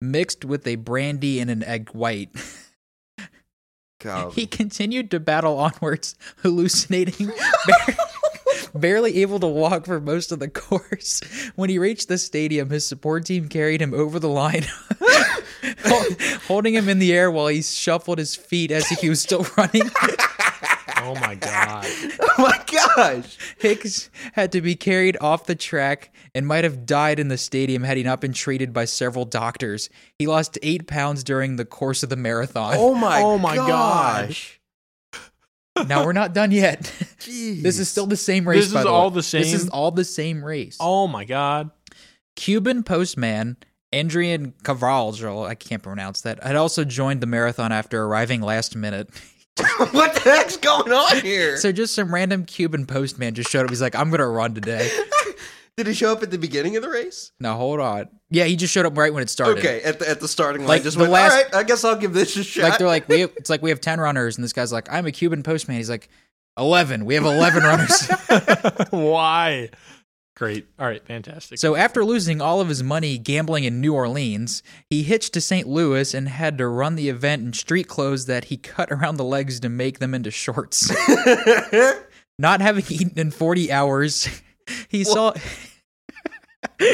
mixed with a brandy and an egg white.
God.
He continued to battle onwards, hallucinating, bar- barely able to walk for most of the course. When he reached the stadium, his support team carried him over the line, hol- holding him in the air while he shuffled his feet as if he was still running.
Oh my god.
Oh my gosh.
Hicks had to be carried off the track and might have died in the stadium had he not been treated by several doctors. He lost eight pounds during the course of the marathon.
Oh my
Oh my
gosh.
Now we're not done yet.
Jeez.
This is still the same race.
This
by
is
the
all
way.
the same?
This is all the same race.
Oh my god.
Cuban postman Andrian Cavaljo, I can't pronounce that, had also joined the marathon after arriving last minute.
what the heck's going on here?
So just some random Cuban postman just showed up. He's like, I'm gonna run today.
Did he show up at the beginning of the race?
Now hold on. Yeah, he just showed up right when it started.
Okay, at the at the starting line.
Like,
just
the
went,
last-
All right, I guess I'll give this a shot.
Like they're like, we have, it's like we have ten runners, and this guy's like, I'm a Cuban postman. He's like, eleven. We have eleven runners.
Why? Great. All right, fantastic.
So after losing all of his money gambling in New Orleans, he hitched to St. Louis and had to run the event in street clothes that he cut around the legs to make them into shorts. Not having eaten in 40 hours, he saw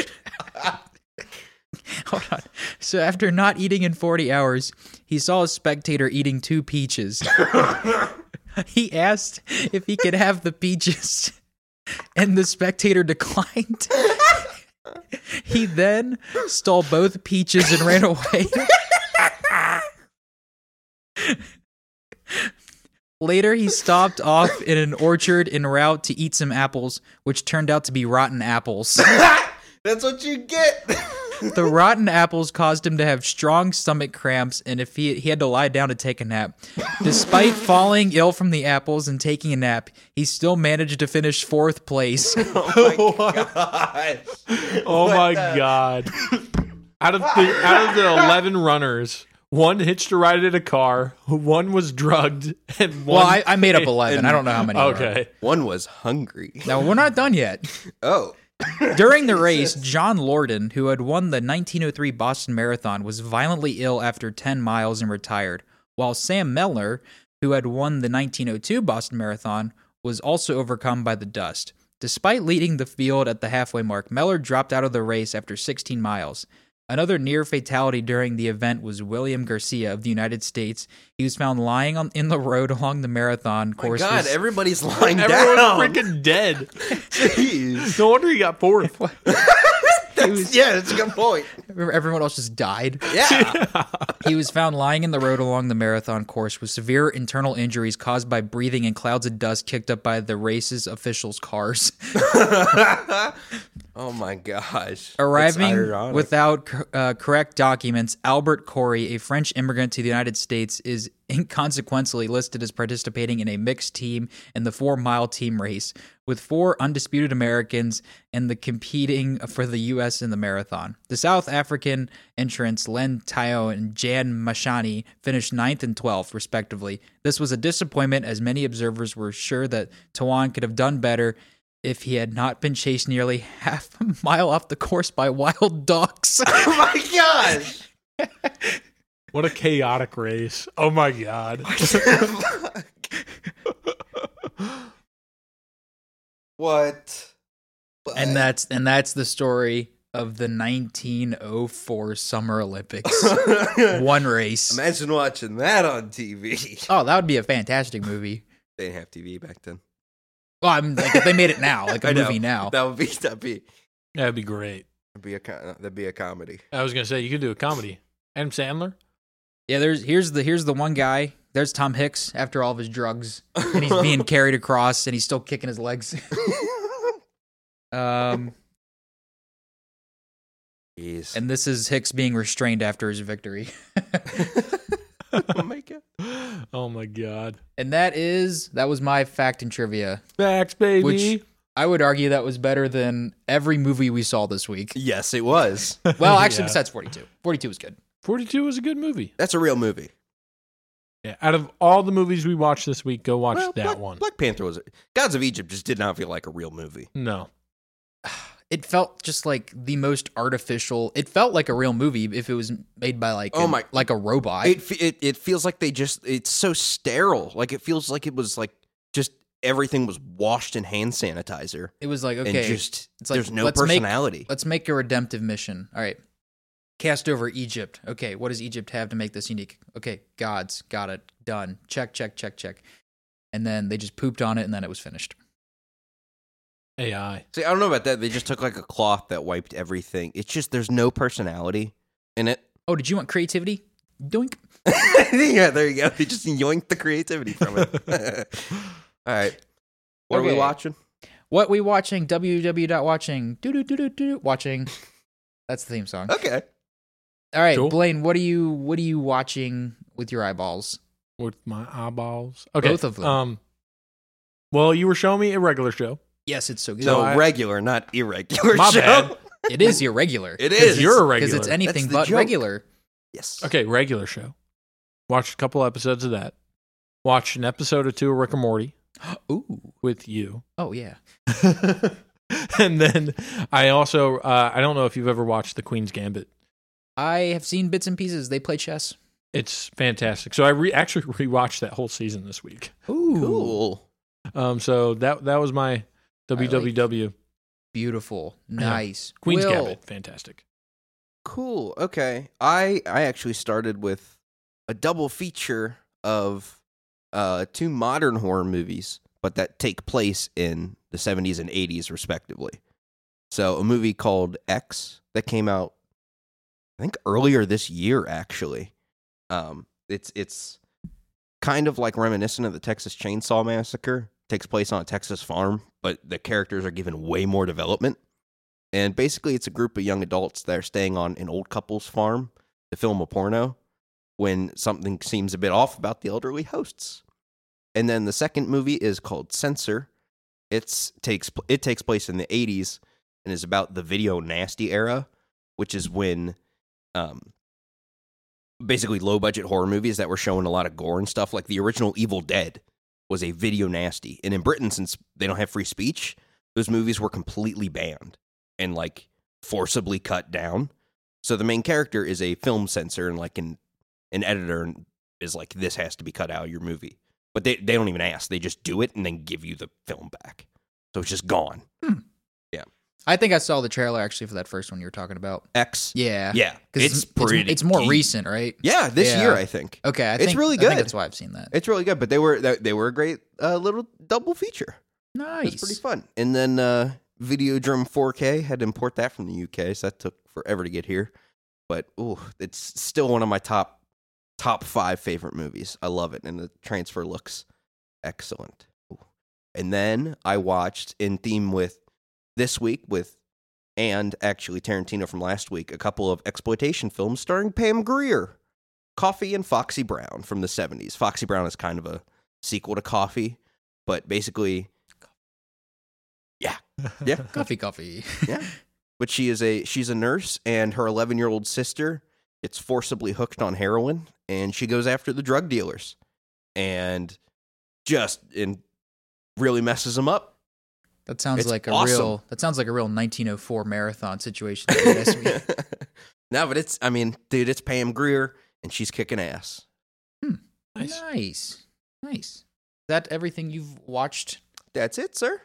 Hold on. So after not eating in 40 hours, he saw a spectator eating two peaches. he asked if he could have the peaches, and the spectator declined. he then stole both peaches and ran away. Later, he stopped off in an orchard en route to eat some apples, which turned out to be rotten apples.
That's what you get.
The rotten apples caused him to have strong stomach cramps, and if he he had to lie down to take a nap. Despite falling ill from the apples and taking a nap, he still managed to finish fourth place.
oh my gosh.
oh
What
my
the-
god. Out of the out of the 11 runners, one hitched a ride in a car, one was drugged, and one
Well, I, I made up eleven. I don't know how many. there are.
Okay.
One was hungry.
Now we're not done yet.
Oh.
During the race, John Lorden, who had won the 1903 Boston Marathon, was violently ill after 10 miles and retired, while Sam Mellor, who had won the 1902 Boston Marathon, was also overcome by the dust. Despite leading the field at the halfway mark, Mellor dropped out of the race after 16 miles. Another near fatality during the event was William Garcia of the United States. He was found lying on, in the road along the marathon
My
course.
God,
with-
everybody's lying down.
Everyone's freaking dead.
Jeez.
No wonder he got fourth.
yeah, that's a good point.
everyone else just died.
Yeah.
He was found lying in the road along the marathon course with severe internal injuries caused by breathing and clouds of dust kicked up by the race's officials' cars.
oh my gosh.
Arriving
ironic.
without cor- uh, correct documents, Albert Corey, a French immigrant to the United States, is inconsequentially listed as participating in a mixed team in the four mile team race with four undisputed Americans and the competing for the U.S. in the marathon. The South African entrants Len Tayo and Jan Mashani finished ninth and 12th, respectively. This was a disappointment as many observers were sure that Tawan could have done better if he had not been chased nearly half a mile off the course by wild dogs.
Oh my gosh.
What a chaotic race. Oh my god.
what?
and that's and that's the story of the 1904 Summer Olympics.
that.
One race.
Imagine watching that on TV.
Oh, that would be a fantastic movie.
They didn't have TV back then.
Well, I'm like if they made it now, like a
I know.
movie now.
That would be that'd be
That'd be great.
that'd be a co- that'd be a comedy.
I was gonna say you could do a comedy. Adam Sandler?
Yeah, there's here's the here's the one guy. There's Tom Hicks after all of his drugs, and he's being carried across, and he's still kicking his legs. Um,
Jeez.
and this is Hicks being restrained after his victory.
oh my god.
Oh my god.
And that is that was my fact and trivia.
Facts, baby.
Which- I would argue that was better than every movie we saw this week.
Yes, it was.
Well, actually,
Yeah.
besides 42. 42 was good.
42 was a good movie.
That's a real movie.
Yeah. Out of all the movies we watched this week, go watch
Well,
that
Black,
one.
Black Panther was. Gods of Egypt just did not feel like a real movie.
No.
It felt just like the most artificial. It felt like a real movie if it was made by like
Oh
an-
my-
like a robot.
it, fe- it it feels like they just. It's so sterile. Like it feels like it was like just everything was washed in hand sanitizer
It was like
and
okay,
just
it's like,
there's no
let's make-
personality.
let's make a redemptive mission. All right. Cast over Egypt. Okay, what does Egypt have to make this unique? Okay, gods. Got it. Done. Check, check, check, check. And then they just pooped on it and then it was finished.
AI.
See, I don't know about that. They just took like a cloth that wiped everything. It's just there's no personality in it.
Oh, did you want creativity? Doink.
yeah, there you go. They just yoinked the creativity from it. All right. What are we
Okay.
watching?
What we watching? www.watching. Doo doo doo doo doo. Watching. That's the theme song.
Okay.
All right,
Cool.
Blaine, what are you what are you watching with your eyeballs?
With my eyeballs. Okay.
Both of them.
Um, well, you were showing me a regular show.
Yes, it's so good.
No,
I-
regular, not irregular
My
show.
bad.
it is irregular.
It is.
You're a
Because
regular.
it's anything
the
but
joke.
regular.
Yes.
Okay, regular show. Watched a couple episodes of that. Watched an episode or two of Rick and Morty
Ooh.
with you.
Oh yeah.
and then I also uh, I don't know if you've ever watched The Queen's Gambit.
I have seen bits and pieces. They play chess.
It's fantastic. So I re- actually rewatched that whole season this week.
Ooh.
Cool.
Um, so that that was my WWW
Beautiful. Nice.
Queen's
Will,
Gambit. Fantastic.
Cool. Okay. I I actually started with a double feature of uh two modern horror movies, but that take place in the 70s and 80s respectively. So, a movie called X that came out I think earlier this year actually. Um it's it's kind of like reminiscent of the Texas Chainsaw Massacre. Takes place on a Texas farm, but the characters are given way more development. And basically, it's a group of young adults that are staying on an old couple's farm to film a porno when something seems a bit off about the elderly hosts. And then the second movie is called Censor. It's takes pl- it takes place in the 80s and is about the video nasty era, which is when um basically low budget horror movies that were showing a lot of gore and stuff like the original Evil Dead was a video nasty. And in Britain since they don't have free speech, those movies were completely banned and like forcibly cut down. So the main character is a film censor and like an an editor and is like this has to be cut out of your movie. But they they don't even ask. They just do it and then give you the film back. So it's just gone.
I think I saw the trailer actually for that first one you were talking about.
X.
Yeah.
Yeah.
'Cause
It's pretty
It's, more
deep.
recent, right?
Yeah, this
Yeah.
year I think.
Okay. I
It's
think-
really
I think
good.
that's why I've seen that.
It's really good, but they were they, they were a great uh, little double feature.
nice.
It's pretty fun. And then uh Videodrum 4K had to import that from the UK, so that took forever to get here. But ooh, it's still one of my top top 5 favorite movies. I love it and the transfer looks excellent. Ooh. And then I watched in theme with this week with and actually Tarantino from last week, a couple of exploitation films starring Pam Grier. Coffee and Foxy Brown from the 70s. Foxy Brown is kind of a sequel to Coffee, but basically Yeah.
Coffee, coffee.
yeah but she is a she's a nurse and her 11 year old sister gets forcibly hooked on heroin and she goes after the drug dealers and just and really messes them up
That sounds
It's
like a
awesome.
real. That sounds like a real 1904 marathon situation. that you asked me.
no but it's i mean dude it's pam greer and she's kicking ass
Nice.
nice, nice. Is that everything you've watched?
that's it sir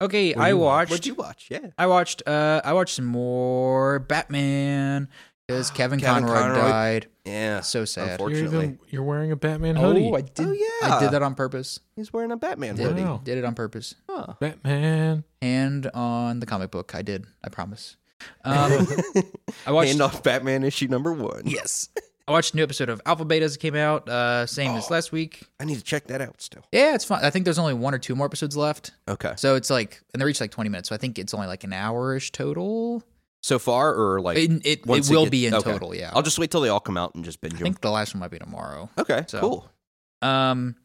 Okay,
What do
I
you watch?
watched.
what'd you watch yeah
I watched. Uh, I watched some more Batman because Kevin,
Kevin
Conroy,
Conroy.
died.
yeah
So sad.
Unfortunate.
You're, even,
Fortunately.
you're wearing a Batman hoodie.
Oh, I did.
oh yeah
I did that on purpose.
he's wearing a batman
Did,
hoodie
Wow.
did it on purpose.
Huh.
Batman.
And on the comic book, I did. I promise. Um, I watched.
hand off batman issue number one
Yes, I watched a new episode of Alpha Beta as it came out. Uh, same as
Oh.
last week.
i need to check that out still
Yeah, it's fun. I think there's only one or two more episodes left.
okay
So it's like, and they reach like 20 minutes. So I think it's only like an hour-ish total.
so far or like
It, it, it
once it
will
gets-
be in
okay.
total, yeah.
I'll just wait till they all come out and just binge
I think the last one might be tomorrow.
them. Okay,
so.
cool.
Um,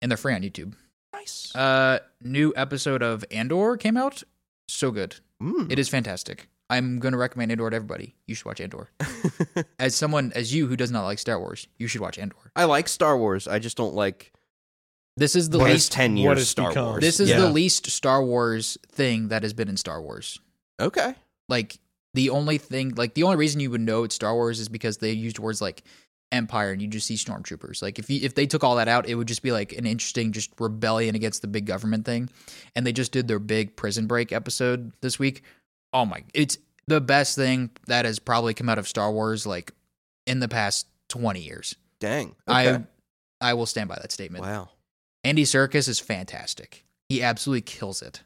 and they're free on YouTube.
Nice.
Uh, new episode of Andor came out. So good.
Mm.
It is fantastic. I'm going to recommend Andor to everybody. You should watch Andor. as someone as you who does not like Star Wars, you should watch Andor.
I like Star Wars. I just don't like
This is the
the
least
last ten
what
years
it's
Star
become.
Wars.
this is
Yeah.
the least Star Wars thing that has been in Star Wars.
okay.
Like the only thing like the only reason you would know it's Star Wars is because they used words like empire and you just see stormtroopers. Like if you if they took all that out, it would just be like an interesting just rebellion against the big government thing. And they just did their big prison break episode this week. Oh my it's the best thing that has probably come out of Star Wars like in the past 20 years.
Dang. Okay.
I I will stand by that statement.
wow.
Andy Serkis is fantastic. He absolutely kills it.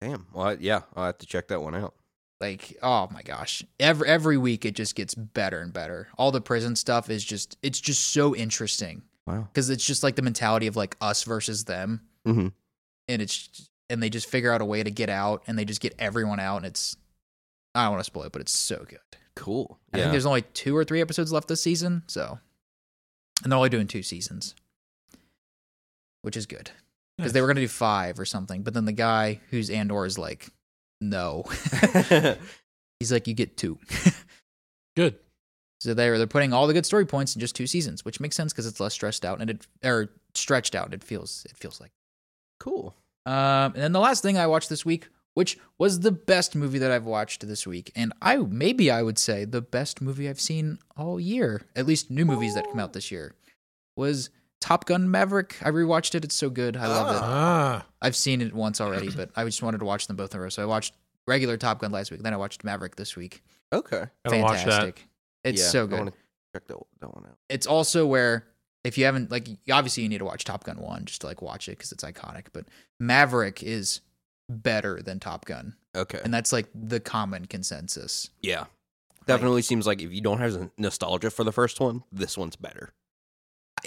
Damn. Well, I- yeah, I'll have to check that one out.
Like, oh my gosh. Every every week it just gets better and better. All the prison stuff is just it's just so interesting
Wow.
cuz it's just like the mentality of like us versus them.
Mhm.
And it's and they just figure out a way to get out and they just get everyone out and it's I don't want to spoil it, but it's so good.
Cool.
I think there's only 2 or 3 episodes left this season, so and they're only doing 2 seasons. Which is good. because they were going to do five or something. But then the guy who's Andor is like, no. He's like, you get two.
good.
So they're they're putting all the good story points in just two seasons, which makes sense because it's less stressed out and it or stretched out. It feels it feels like.
cool.
Um, and then the last thing I watched this week, which was the best movie that I've watched this week, and I maybe I would say the best movie I've seen all year, at least new movies that come out this year, was Top Gun Maverick. I rewatched it. It's so good. I
Uh,
love it.
Ah,
I've seen it once already, but I just wanted to watch them both in a row. So I watched regular Top Gun last week, then I watched Maverick this week.
Okay.
gotta watch that.
It's
Yeah,
so
I
good.
wanna check that, that one out.
It's also where if you haven't like obviously you need to watch Top Gun 1 just to like watch it cuz it's iconic, but Maverick is better than Top Gun.
Okay.
And that's like the common consensus.
yeah. Definitely seems like if you don't have nostalgia for the first one, this one's better.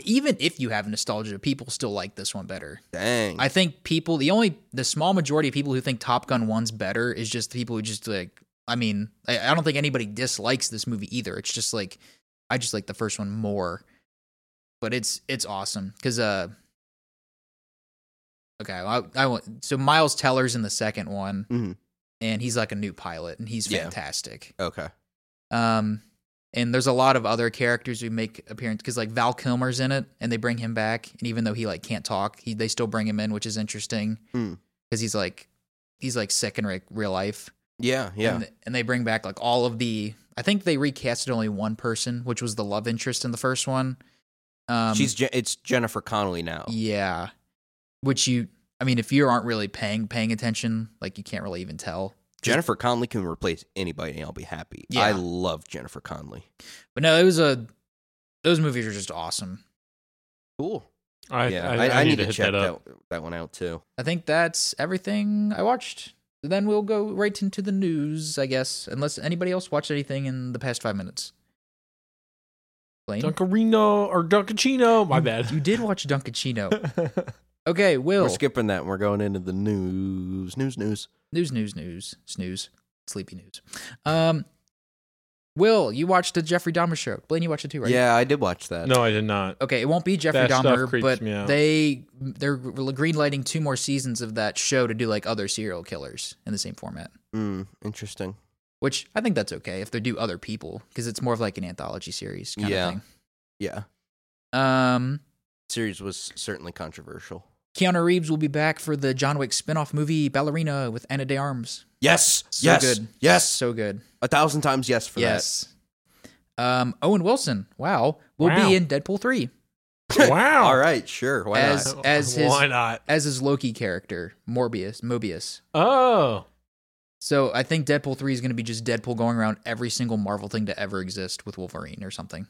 Even if you have nostalgia, people still like this one better.
Dang.
I think people the only the small majority of people who think Top Gun 1's better is just the people who just like I mean, I, I don't think anybody dislikes this movie either. It's just like I just like the first one more. But it's it's awesome cuz uh Okay, I, I want so Miles Teller's in the second one,
Mhm.
and he's like a new pilot, and he's
Yeah.
fantastic.
okay.
Um, and there's a lot of other characters who make appearance because like Val Kilmer's in it, and they bring him back. And even though he like can't talk, he they still bring him in, which is interesting
Hmm.
because he's like he's like sick in re- real life.
Yeah, yeah.
And, and they bring back like all of the. I think they recasted only one person, which was the love interest in the first one. Um,
She's oh. Je- it's Jennifer Connelly now.
yeah, which you. I mean, if you aren't really paying paying attention, like you can't really even tell.
Jennifer Connelly can replace anybody and I'll be happy.
Yeah.
I love Jennifer Connelly.
But no, it was a. Those movies are just awesome.
Cool.
I,
yeah,
I, I need, to, hit
check
that up.
that that one out too.
I think that's everything I watched. Then we'll go right into the news, I guess, unless anybody else watched anything in the past five minutes. Blaine,
Dunkarino or Dunkachino. My bad.
you did watch Dunkachino. Okay, Will.
We're skipping that and we're going into the news. News, news.
news, news, news, snooze, sleepy news. Um, Will, you watched the Jeffrey Dahmer show. Blaine, you watched it too, right?
Yeah, I did watch that.
no, I did not.
Okay, it won't be Jeffrey
That stuff
Dahmer,
creeps
but
me out.
they they're greenlighting two more seasons of that show to do like other serial killers in the same format.
Mm, interesting.
which I think that's okay if they do other people because it's more of like an anthology series kind
Yeah.
of
Yeah.
thing. Um,
Series was certainly controversial.
Keanu Reeves will be back for the John Wick spin-off movie Ballerina with Anna de Armas.
Yes.
So
yes.
good.
Yes.
So good.
a thousand times yes for
yes. Um, Owen Wilson, wow, will
Wow.
be in Deadpool three
that.
Wow.
All right, sure. Why
As-
not?
his-
why not?
as his Loki character, Morbius. Mobius.
Oh,
So I think Deadpool three is going to be just Deadpool going around every single Marvel thing to ever exist with Wolverine or something.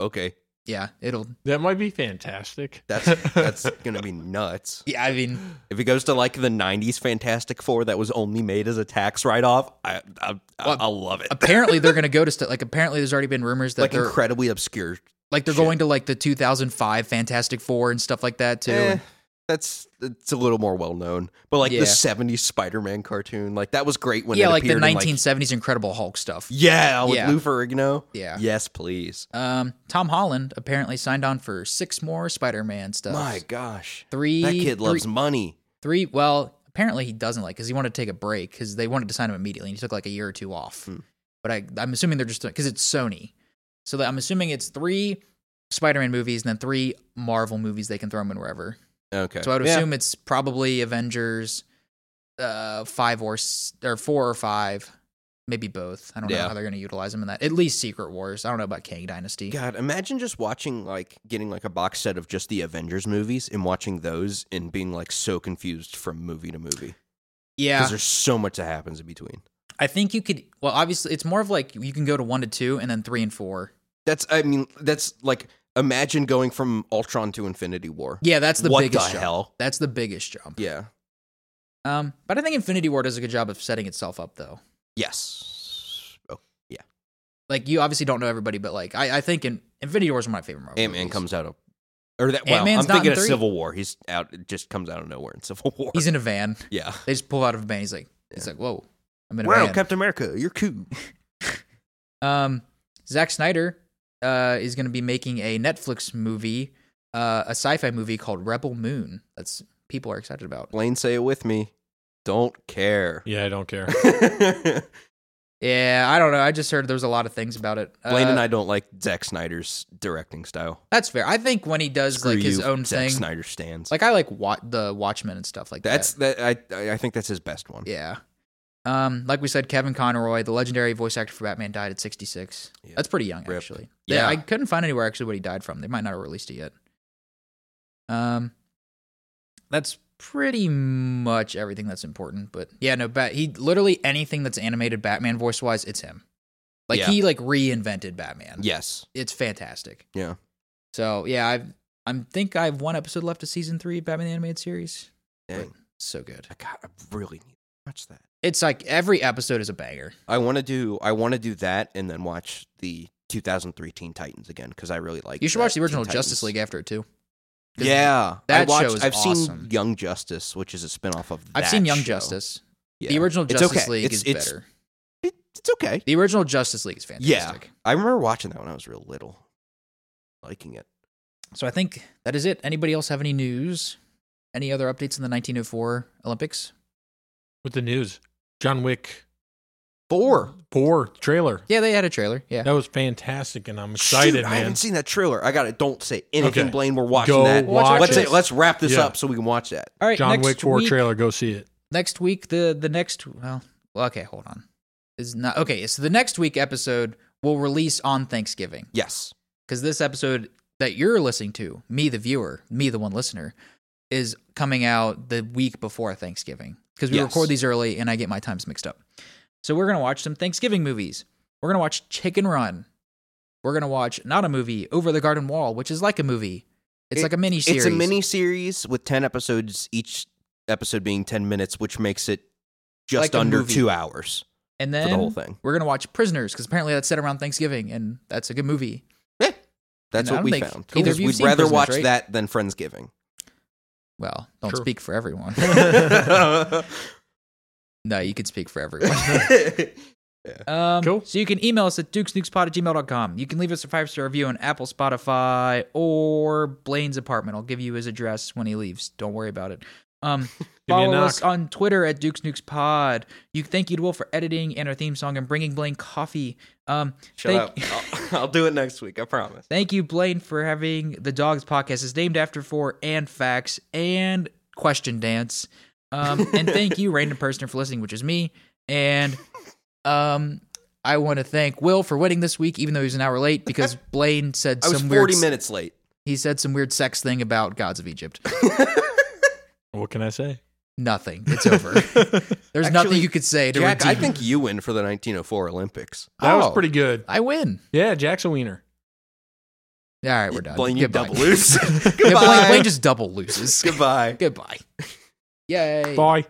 Okay.
Yeah, it'll.
that might be fantastic.
That's that's gonna be nuts.
Yeah, I mean,
If it goes to like the '90s Fantastic Four that was only made as a tax write-off, I, I, I
Well,
I'll love it.
apparently they're going to go to st- like. Apparently, there's already been rumors that
like
they're
incredibly obscure.
Like they're
Shit.
going to like the 2005 Fantastic Four and stuff like that too.
Eh, that's it's a little more well known. But like
Yeah.
the 70s Spider-Man cartoon, like that was great when
yeah,
it
like the
appeared in,
1970s Incredible Hulk stuff.
yeah, with
Yeah.
Lou Ferrigno.
Yeah.
Yes, please.
Um, Tom Holland apparently signed on for six more Spider-Man stuff.
My gosh,
three.
that kid
three-
loves money.
three. Well, apparently he doesn't like because he wanted to take a break because they wanted to sign him immediately, and he took like a year or two off.
Hmm.
But I, I'm assuming they're just because it's Sony, so that- I'm assuming it's three Spider-Man movies and then three Marvel movies they can throw him in wherever.
Okay,
So I would
Yeah.
assume it's probably Avengers, uh, five or s- or four or five, maybe both. I don't know
Yeah.
how they're going to utilize him in that. At least Secret Wars. I don't know about Kang Dynasty.
God, imagine just watching like getting like a box set of just the Avengers movies and watching those and being like so confused from movie to movie because
Yeah,
there's so much that happens in between.
I think you could. Well, obviously, it's more of like you can go to one to two and then three and four.
That's I mean that's like imagine going from Ultron to Infinity War.
Yeah, that's the
what
biggest
the
jump.
hell?
That's the biggest jump.
Yeah.
Um, but I think Infinity War does a good job of setting itself up, though.
Yes. Oh,
Like you obviously don't know everybody, but like I, I think in, Infinity War is one of my favorite Marvel.
Ant Man
movies.
comes out of or that. Well,
Ant-Man's
I'm
not in
thinking of
three.
Civil War. He's out. It just comes out of nowhere in Civil War.
He's in a van.
yeah.
They just pull out of a van. He's like, he's like, whoa, I'm in a
Wow,
van.
Captain America, you're cool.
Um, Zack Snyder uh, is going to be making a Netflix movie, uh, a sci-fi movie called Rebel Moon. That's people are excited about.
Blaine, say it with me. Don't care.
Yeah, I don't care.
Yeah, I don't know. I just heard there was a lot of things about it.
Blaine
uh,
and I don't like Zack Snyder's directing style.
That's fair. I think when he does
Screw
like his
you,
own
Zack
thing,
Snyder stands.
like I like wa- the Watchmen and stuff like
that's
that.
that. I I- I think that's his best one.
Yeah. Um, like we said, Kevin Conroy, the legendary voice actor for Batman, died at 66.
Yeah.
That's pretty young,
Rip.
actually. Yeah.
Yeah.
I couldn't find anywhere actually what he died from. They might not have released it yet. Um, that's pretty much everything that's important. But yeah, no, bat. He literally anything that's animated Batman voice wise, it's him. Like
Yeah.
he like reinvented Batman.
Yes.
it's fantastic.
Yeah.
So yeah, I I think I have one episode left of season three of Batman the animated series.
Dang.
So good.
I, got, I really need to watch that.
It's like every episode is a banger.
I want to do. I want to do that and then watch the 2003 Teen Titans again because I really like.
You should
that
watch the
Teen
original
Titans.
Justice League after it too. 'Cause
Yeah,
that
I watched,
show is
I've
awesome.
seen Young Justice, which is a spinoff of. That
I've seen Young
show.
Justice. The
Yeah.
original
It's
Justice
okay.
League
It's-
is
it's-
better.
It, it's okay.
The original Justice League is fantastic.
I remember watching that when I was real little, liking it.
So I think that is it. Anybody else have any news? Any other updates in the 1904 Olympics?
With the news, John Wick
Four.
four trailer.
Yeah, they had a trailer. Yeah.
That was fantastic, and I'm excited,
Shoot, I
man.
haven't seen that trailer. I got it. Don't say anything,
Okay.
Blaine. We're watching
Go
that.
watch
let's
it.
say, let's wrap this
Yeah.
up so we can watch that.
All right.
John
next
Wick four
week-
trailer. Go see it.
next week the the next well well, okay hold on is not okay so the next week episode will release on thanksgiving
Yes.
because this episode that you're listening to me the viewer me the one listener is coming out the week before thanksgiving because we
Yes.
record these early and i get my times mixed up so we're gonna watch some thanksgiving movies we're gonna watch chicken run we're gonna watch not a movie over the garden wall which is like a movie it's
It-
like a mini series
It's a mini series with 10 episodes, each episode being 10 minutes, which makes it just
Like a
under
movie.
two hours
and then
for the whole thing.
we're gonna watch prisoners because apparently that's set around thanksgiving and that's a good movie And
That's
I
what
don't
we
think
found.
either
Because
of you've
we'd
seen
rather
Prisoners,
watch
right?
that than Friendsgiving.
Well, don't
True.
speak for everyone. no, you can speak for everyone. Um,
Cool.
So you can email us at dukesnukespot at gmail.com. You can leave us a five star review on Apple, Spotify, or Blaine's apartment. I'll give you his address when he leaves. Don't worry about it. Um,
Give me a
follow us
knock.
on Twitter at Dukes Nukes Pod. You thank you to Will for editing and our theme song and bringing Blaine coffee. Um,
Shut
thank,
up. I'll, I'll do it next week. I promise.
Thank you, Blaine, for having the Dogs podcast. It's named after four and facts and question dance. Um, and thank you, random person, for listening, which is me. And um, I want to thank Will for winning this week, even though he was an hour late because Blaine said
I was
some
40
weird.
minutes late.
He said some weird sex thing about gods of Egypt.
What can I say?
nothing. It's over. There's nothing
Actually,
you could say to
Jack,
redeem.
I think you win for the 1904 Olympics.
That was
Oh.
pretty good.
I win.
Yeah, Jack's a wiener.
All right, we're done.
Blaine, you
Goodbye.
double lose.
Yeah, Blaine,
Goodbye.
Blaine just double loses.
Goodbye.
Goodbye. Yay.
Bye.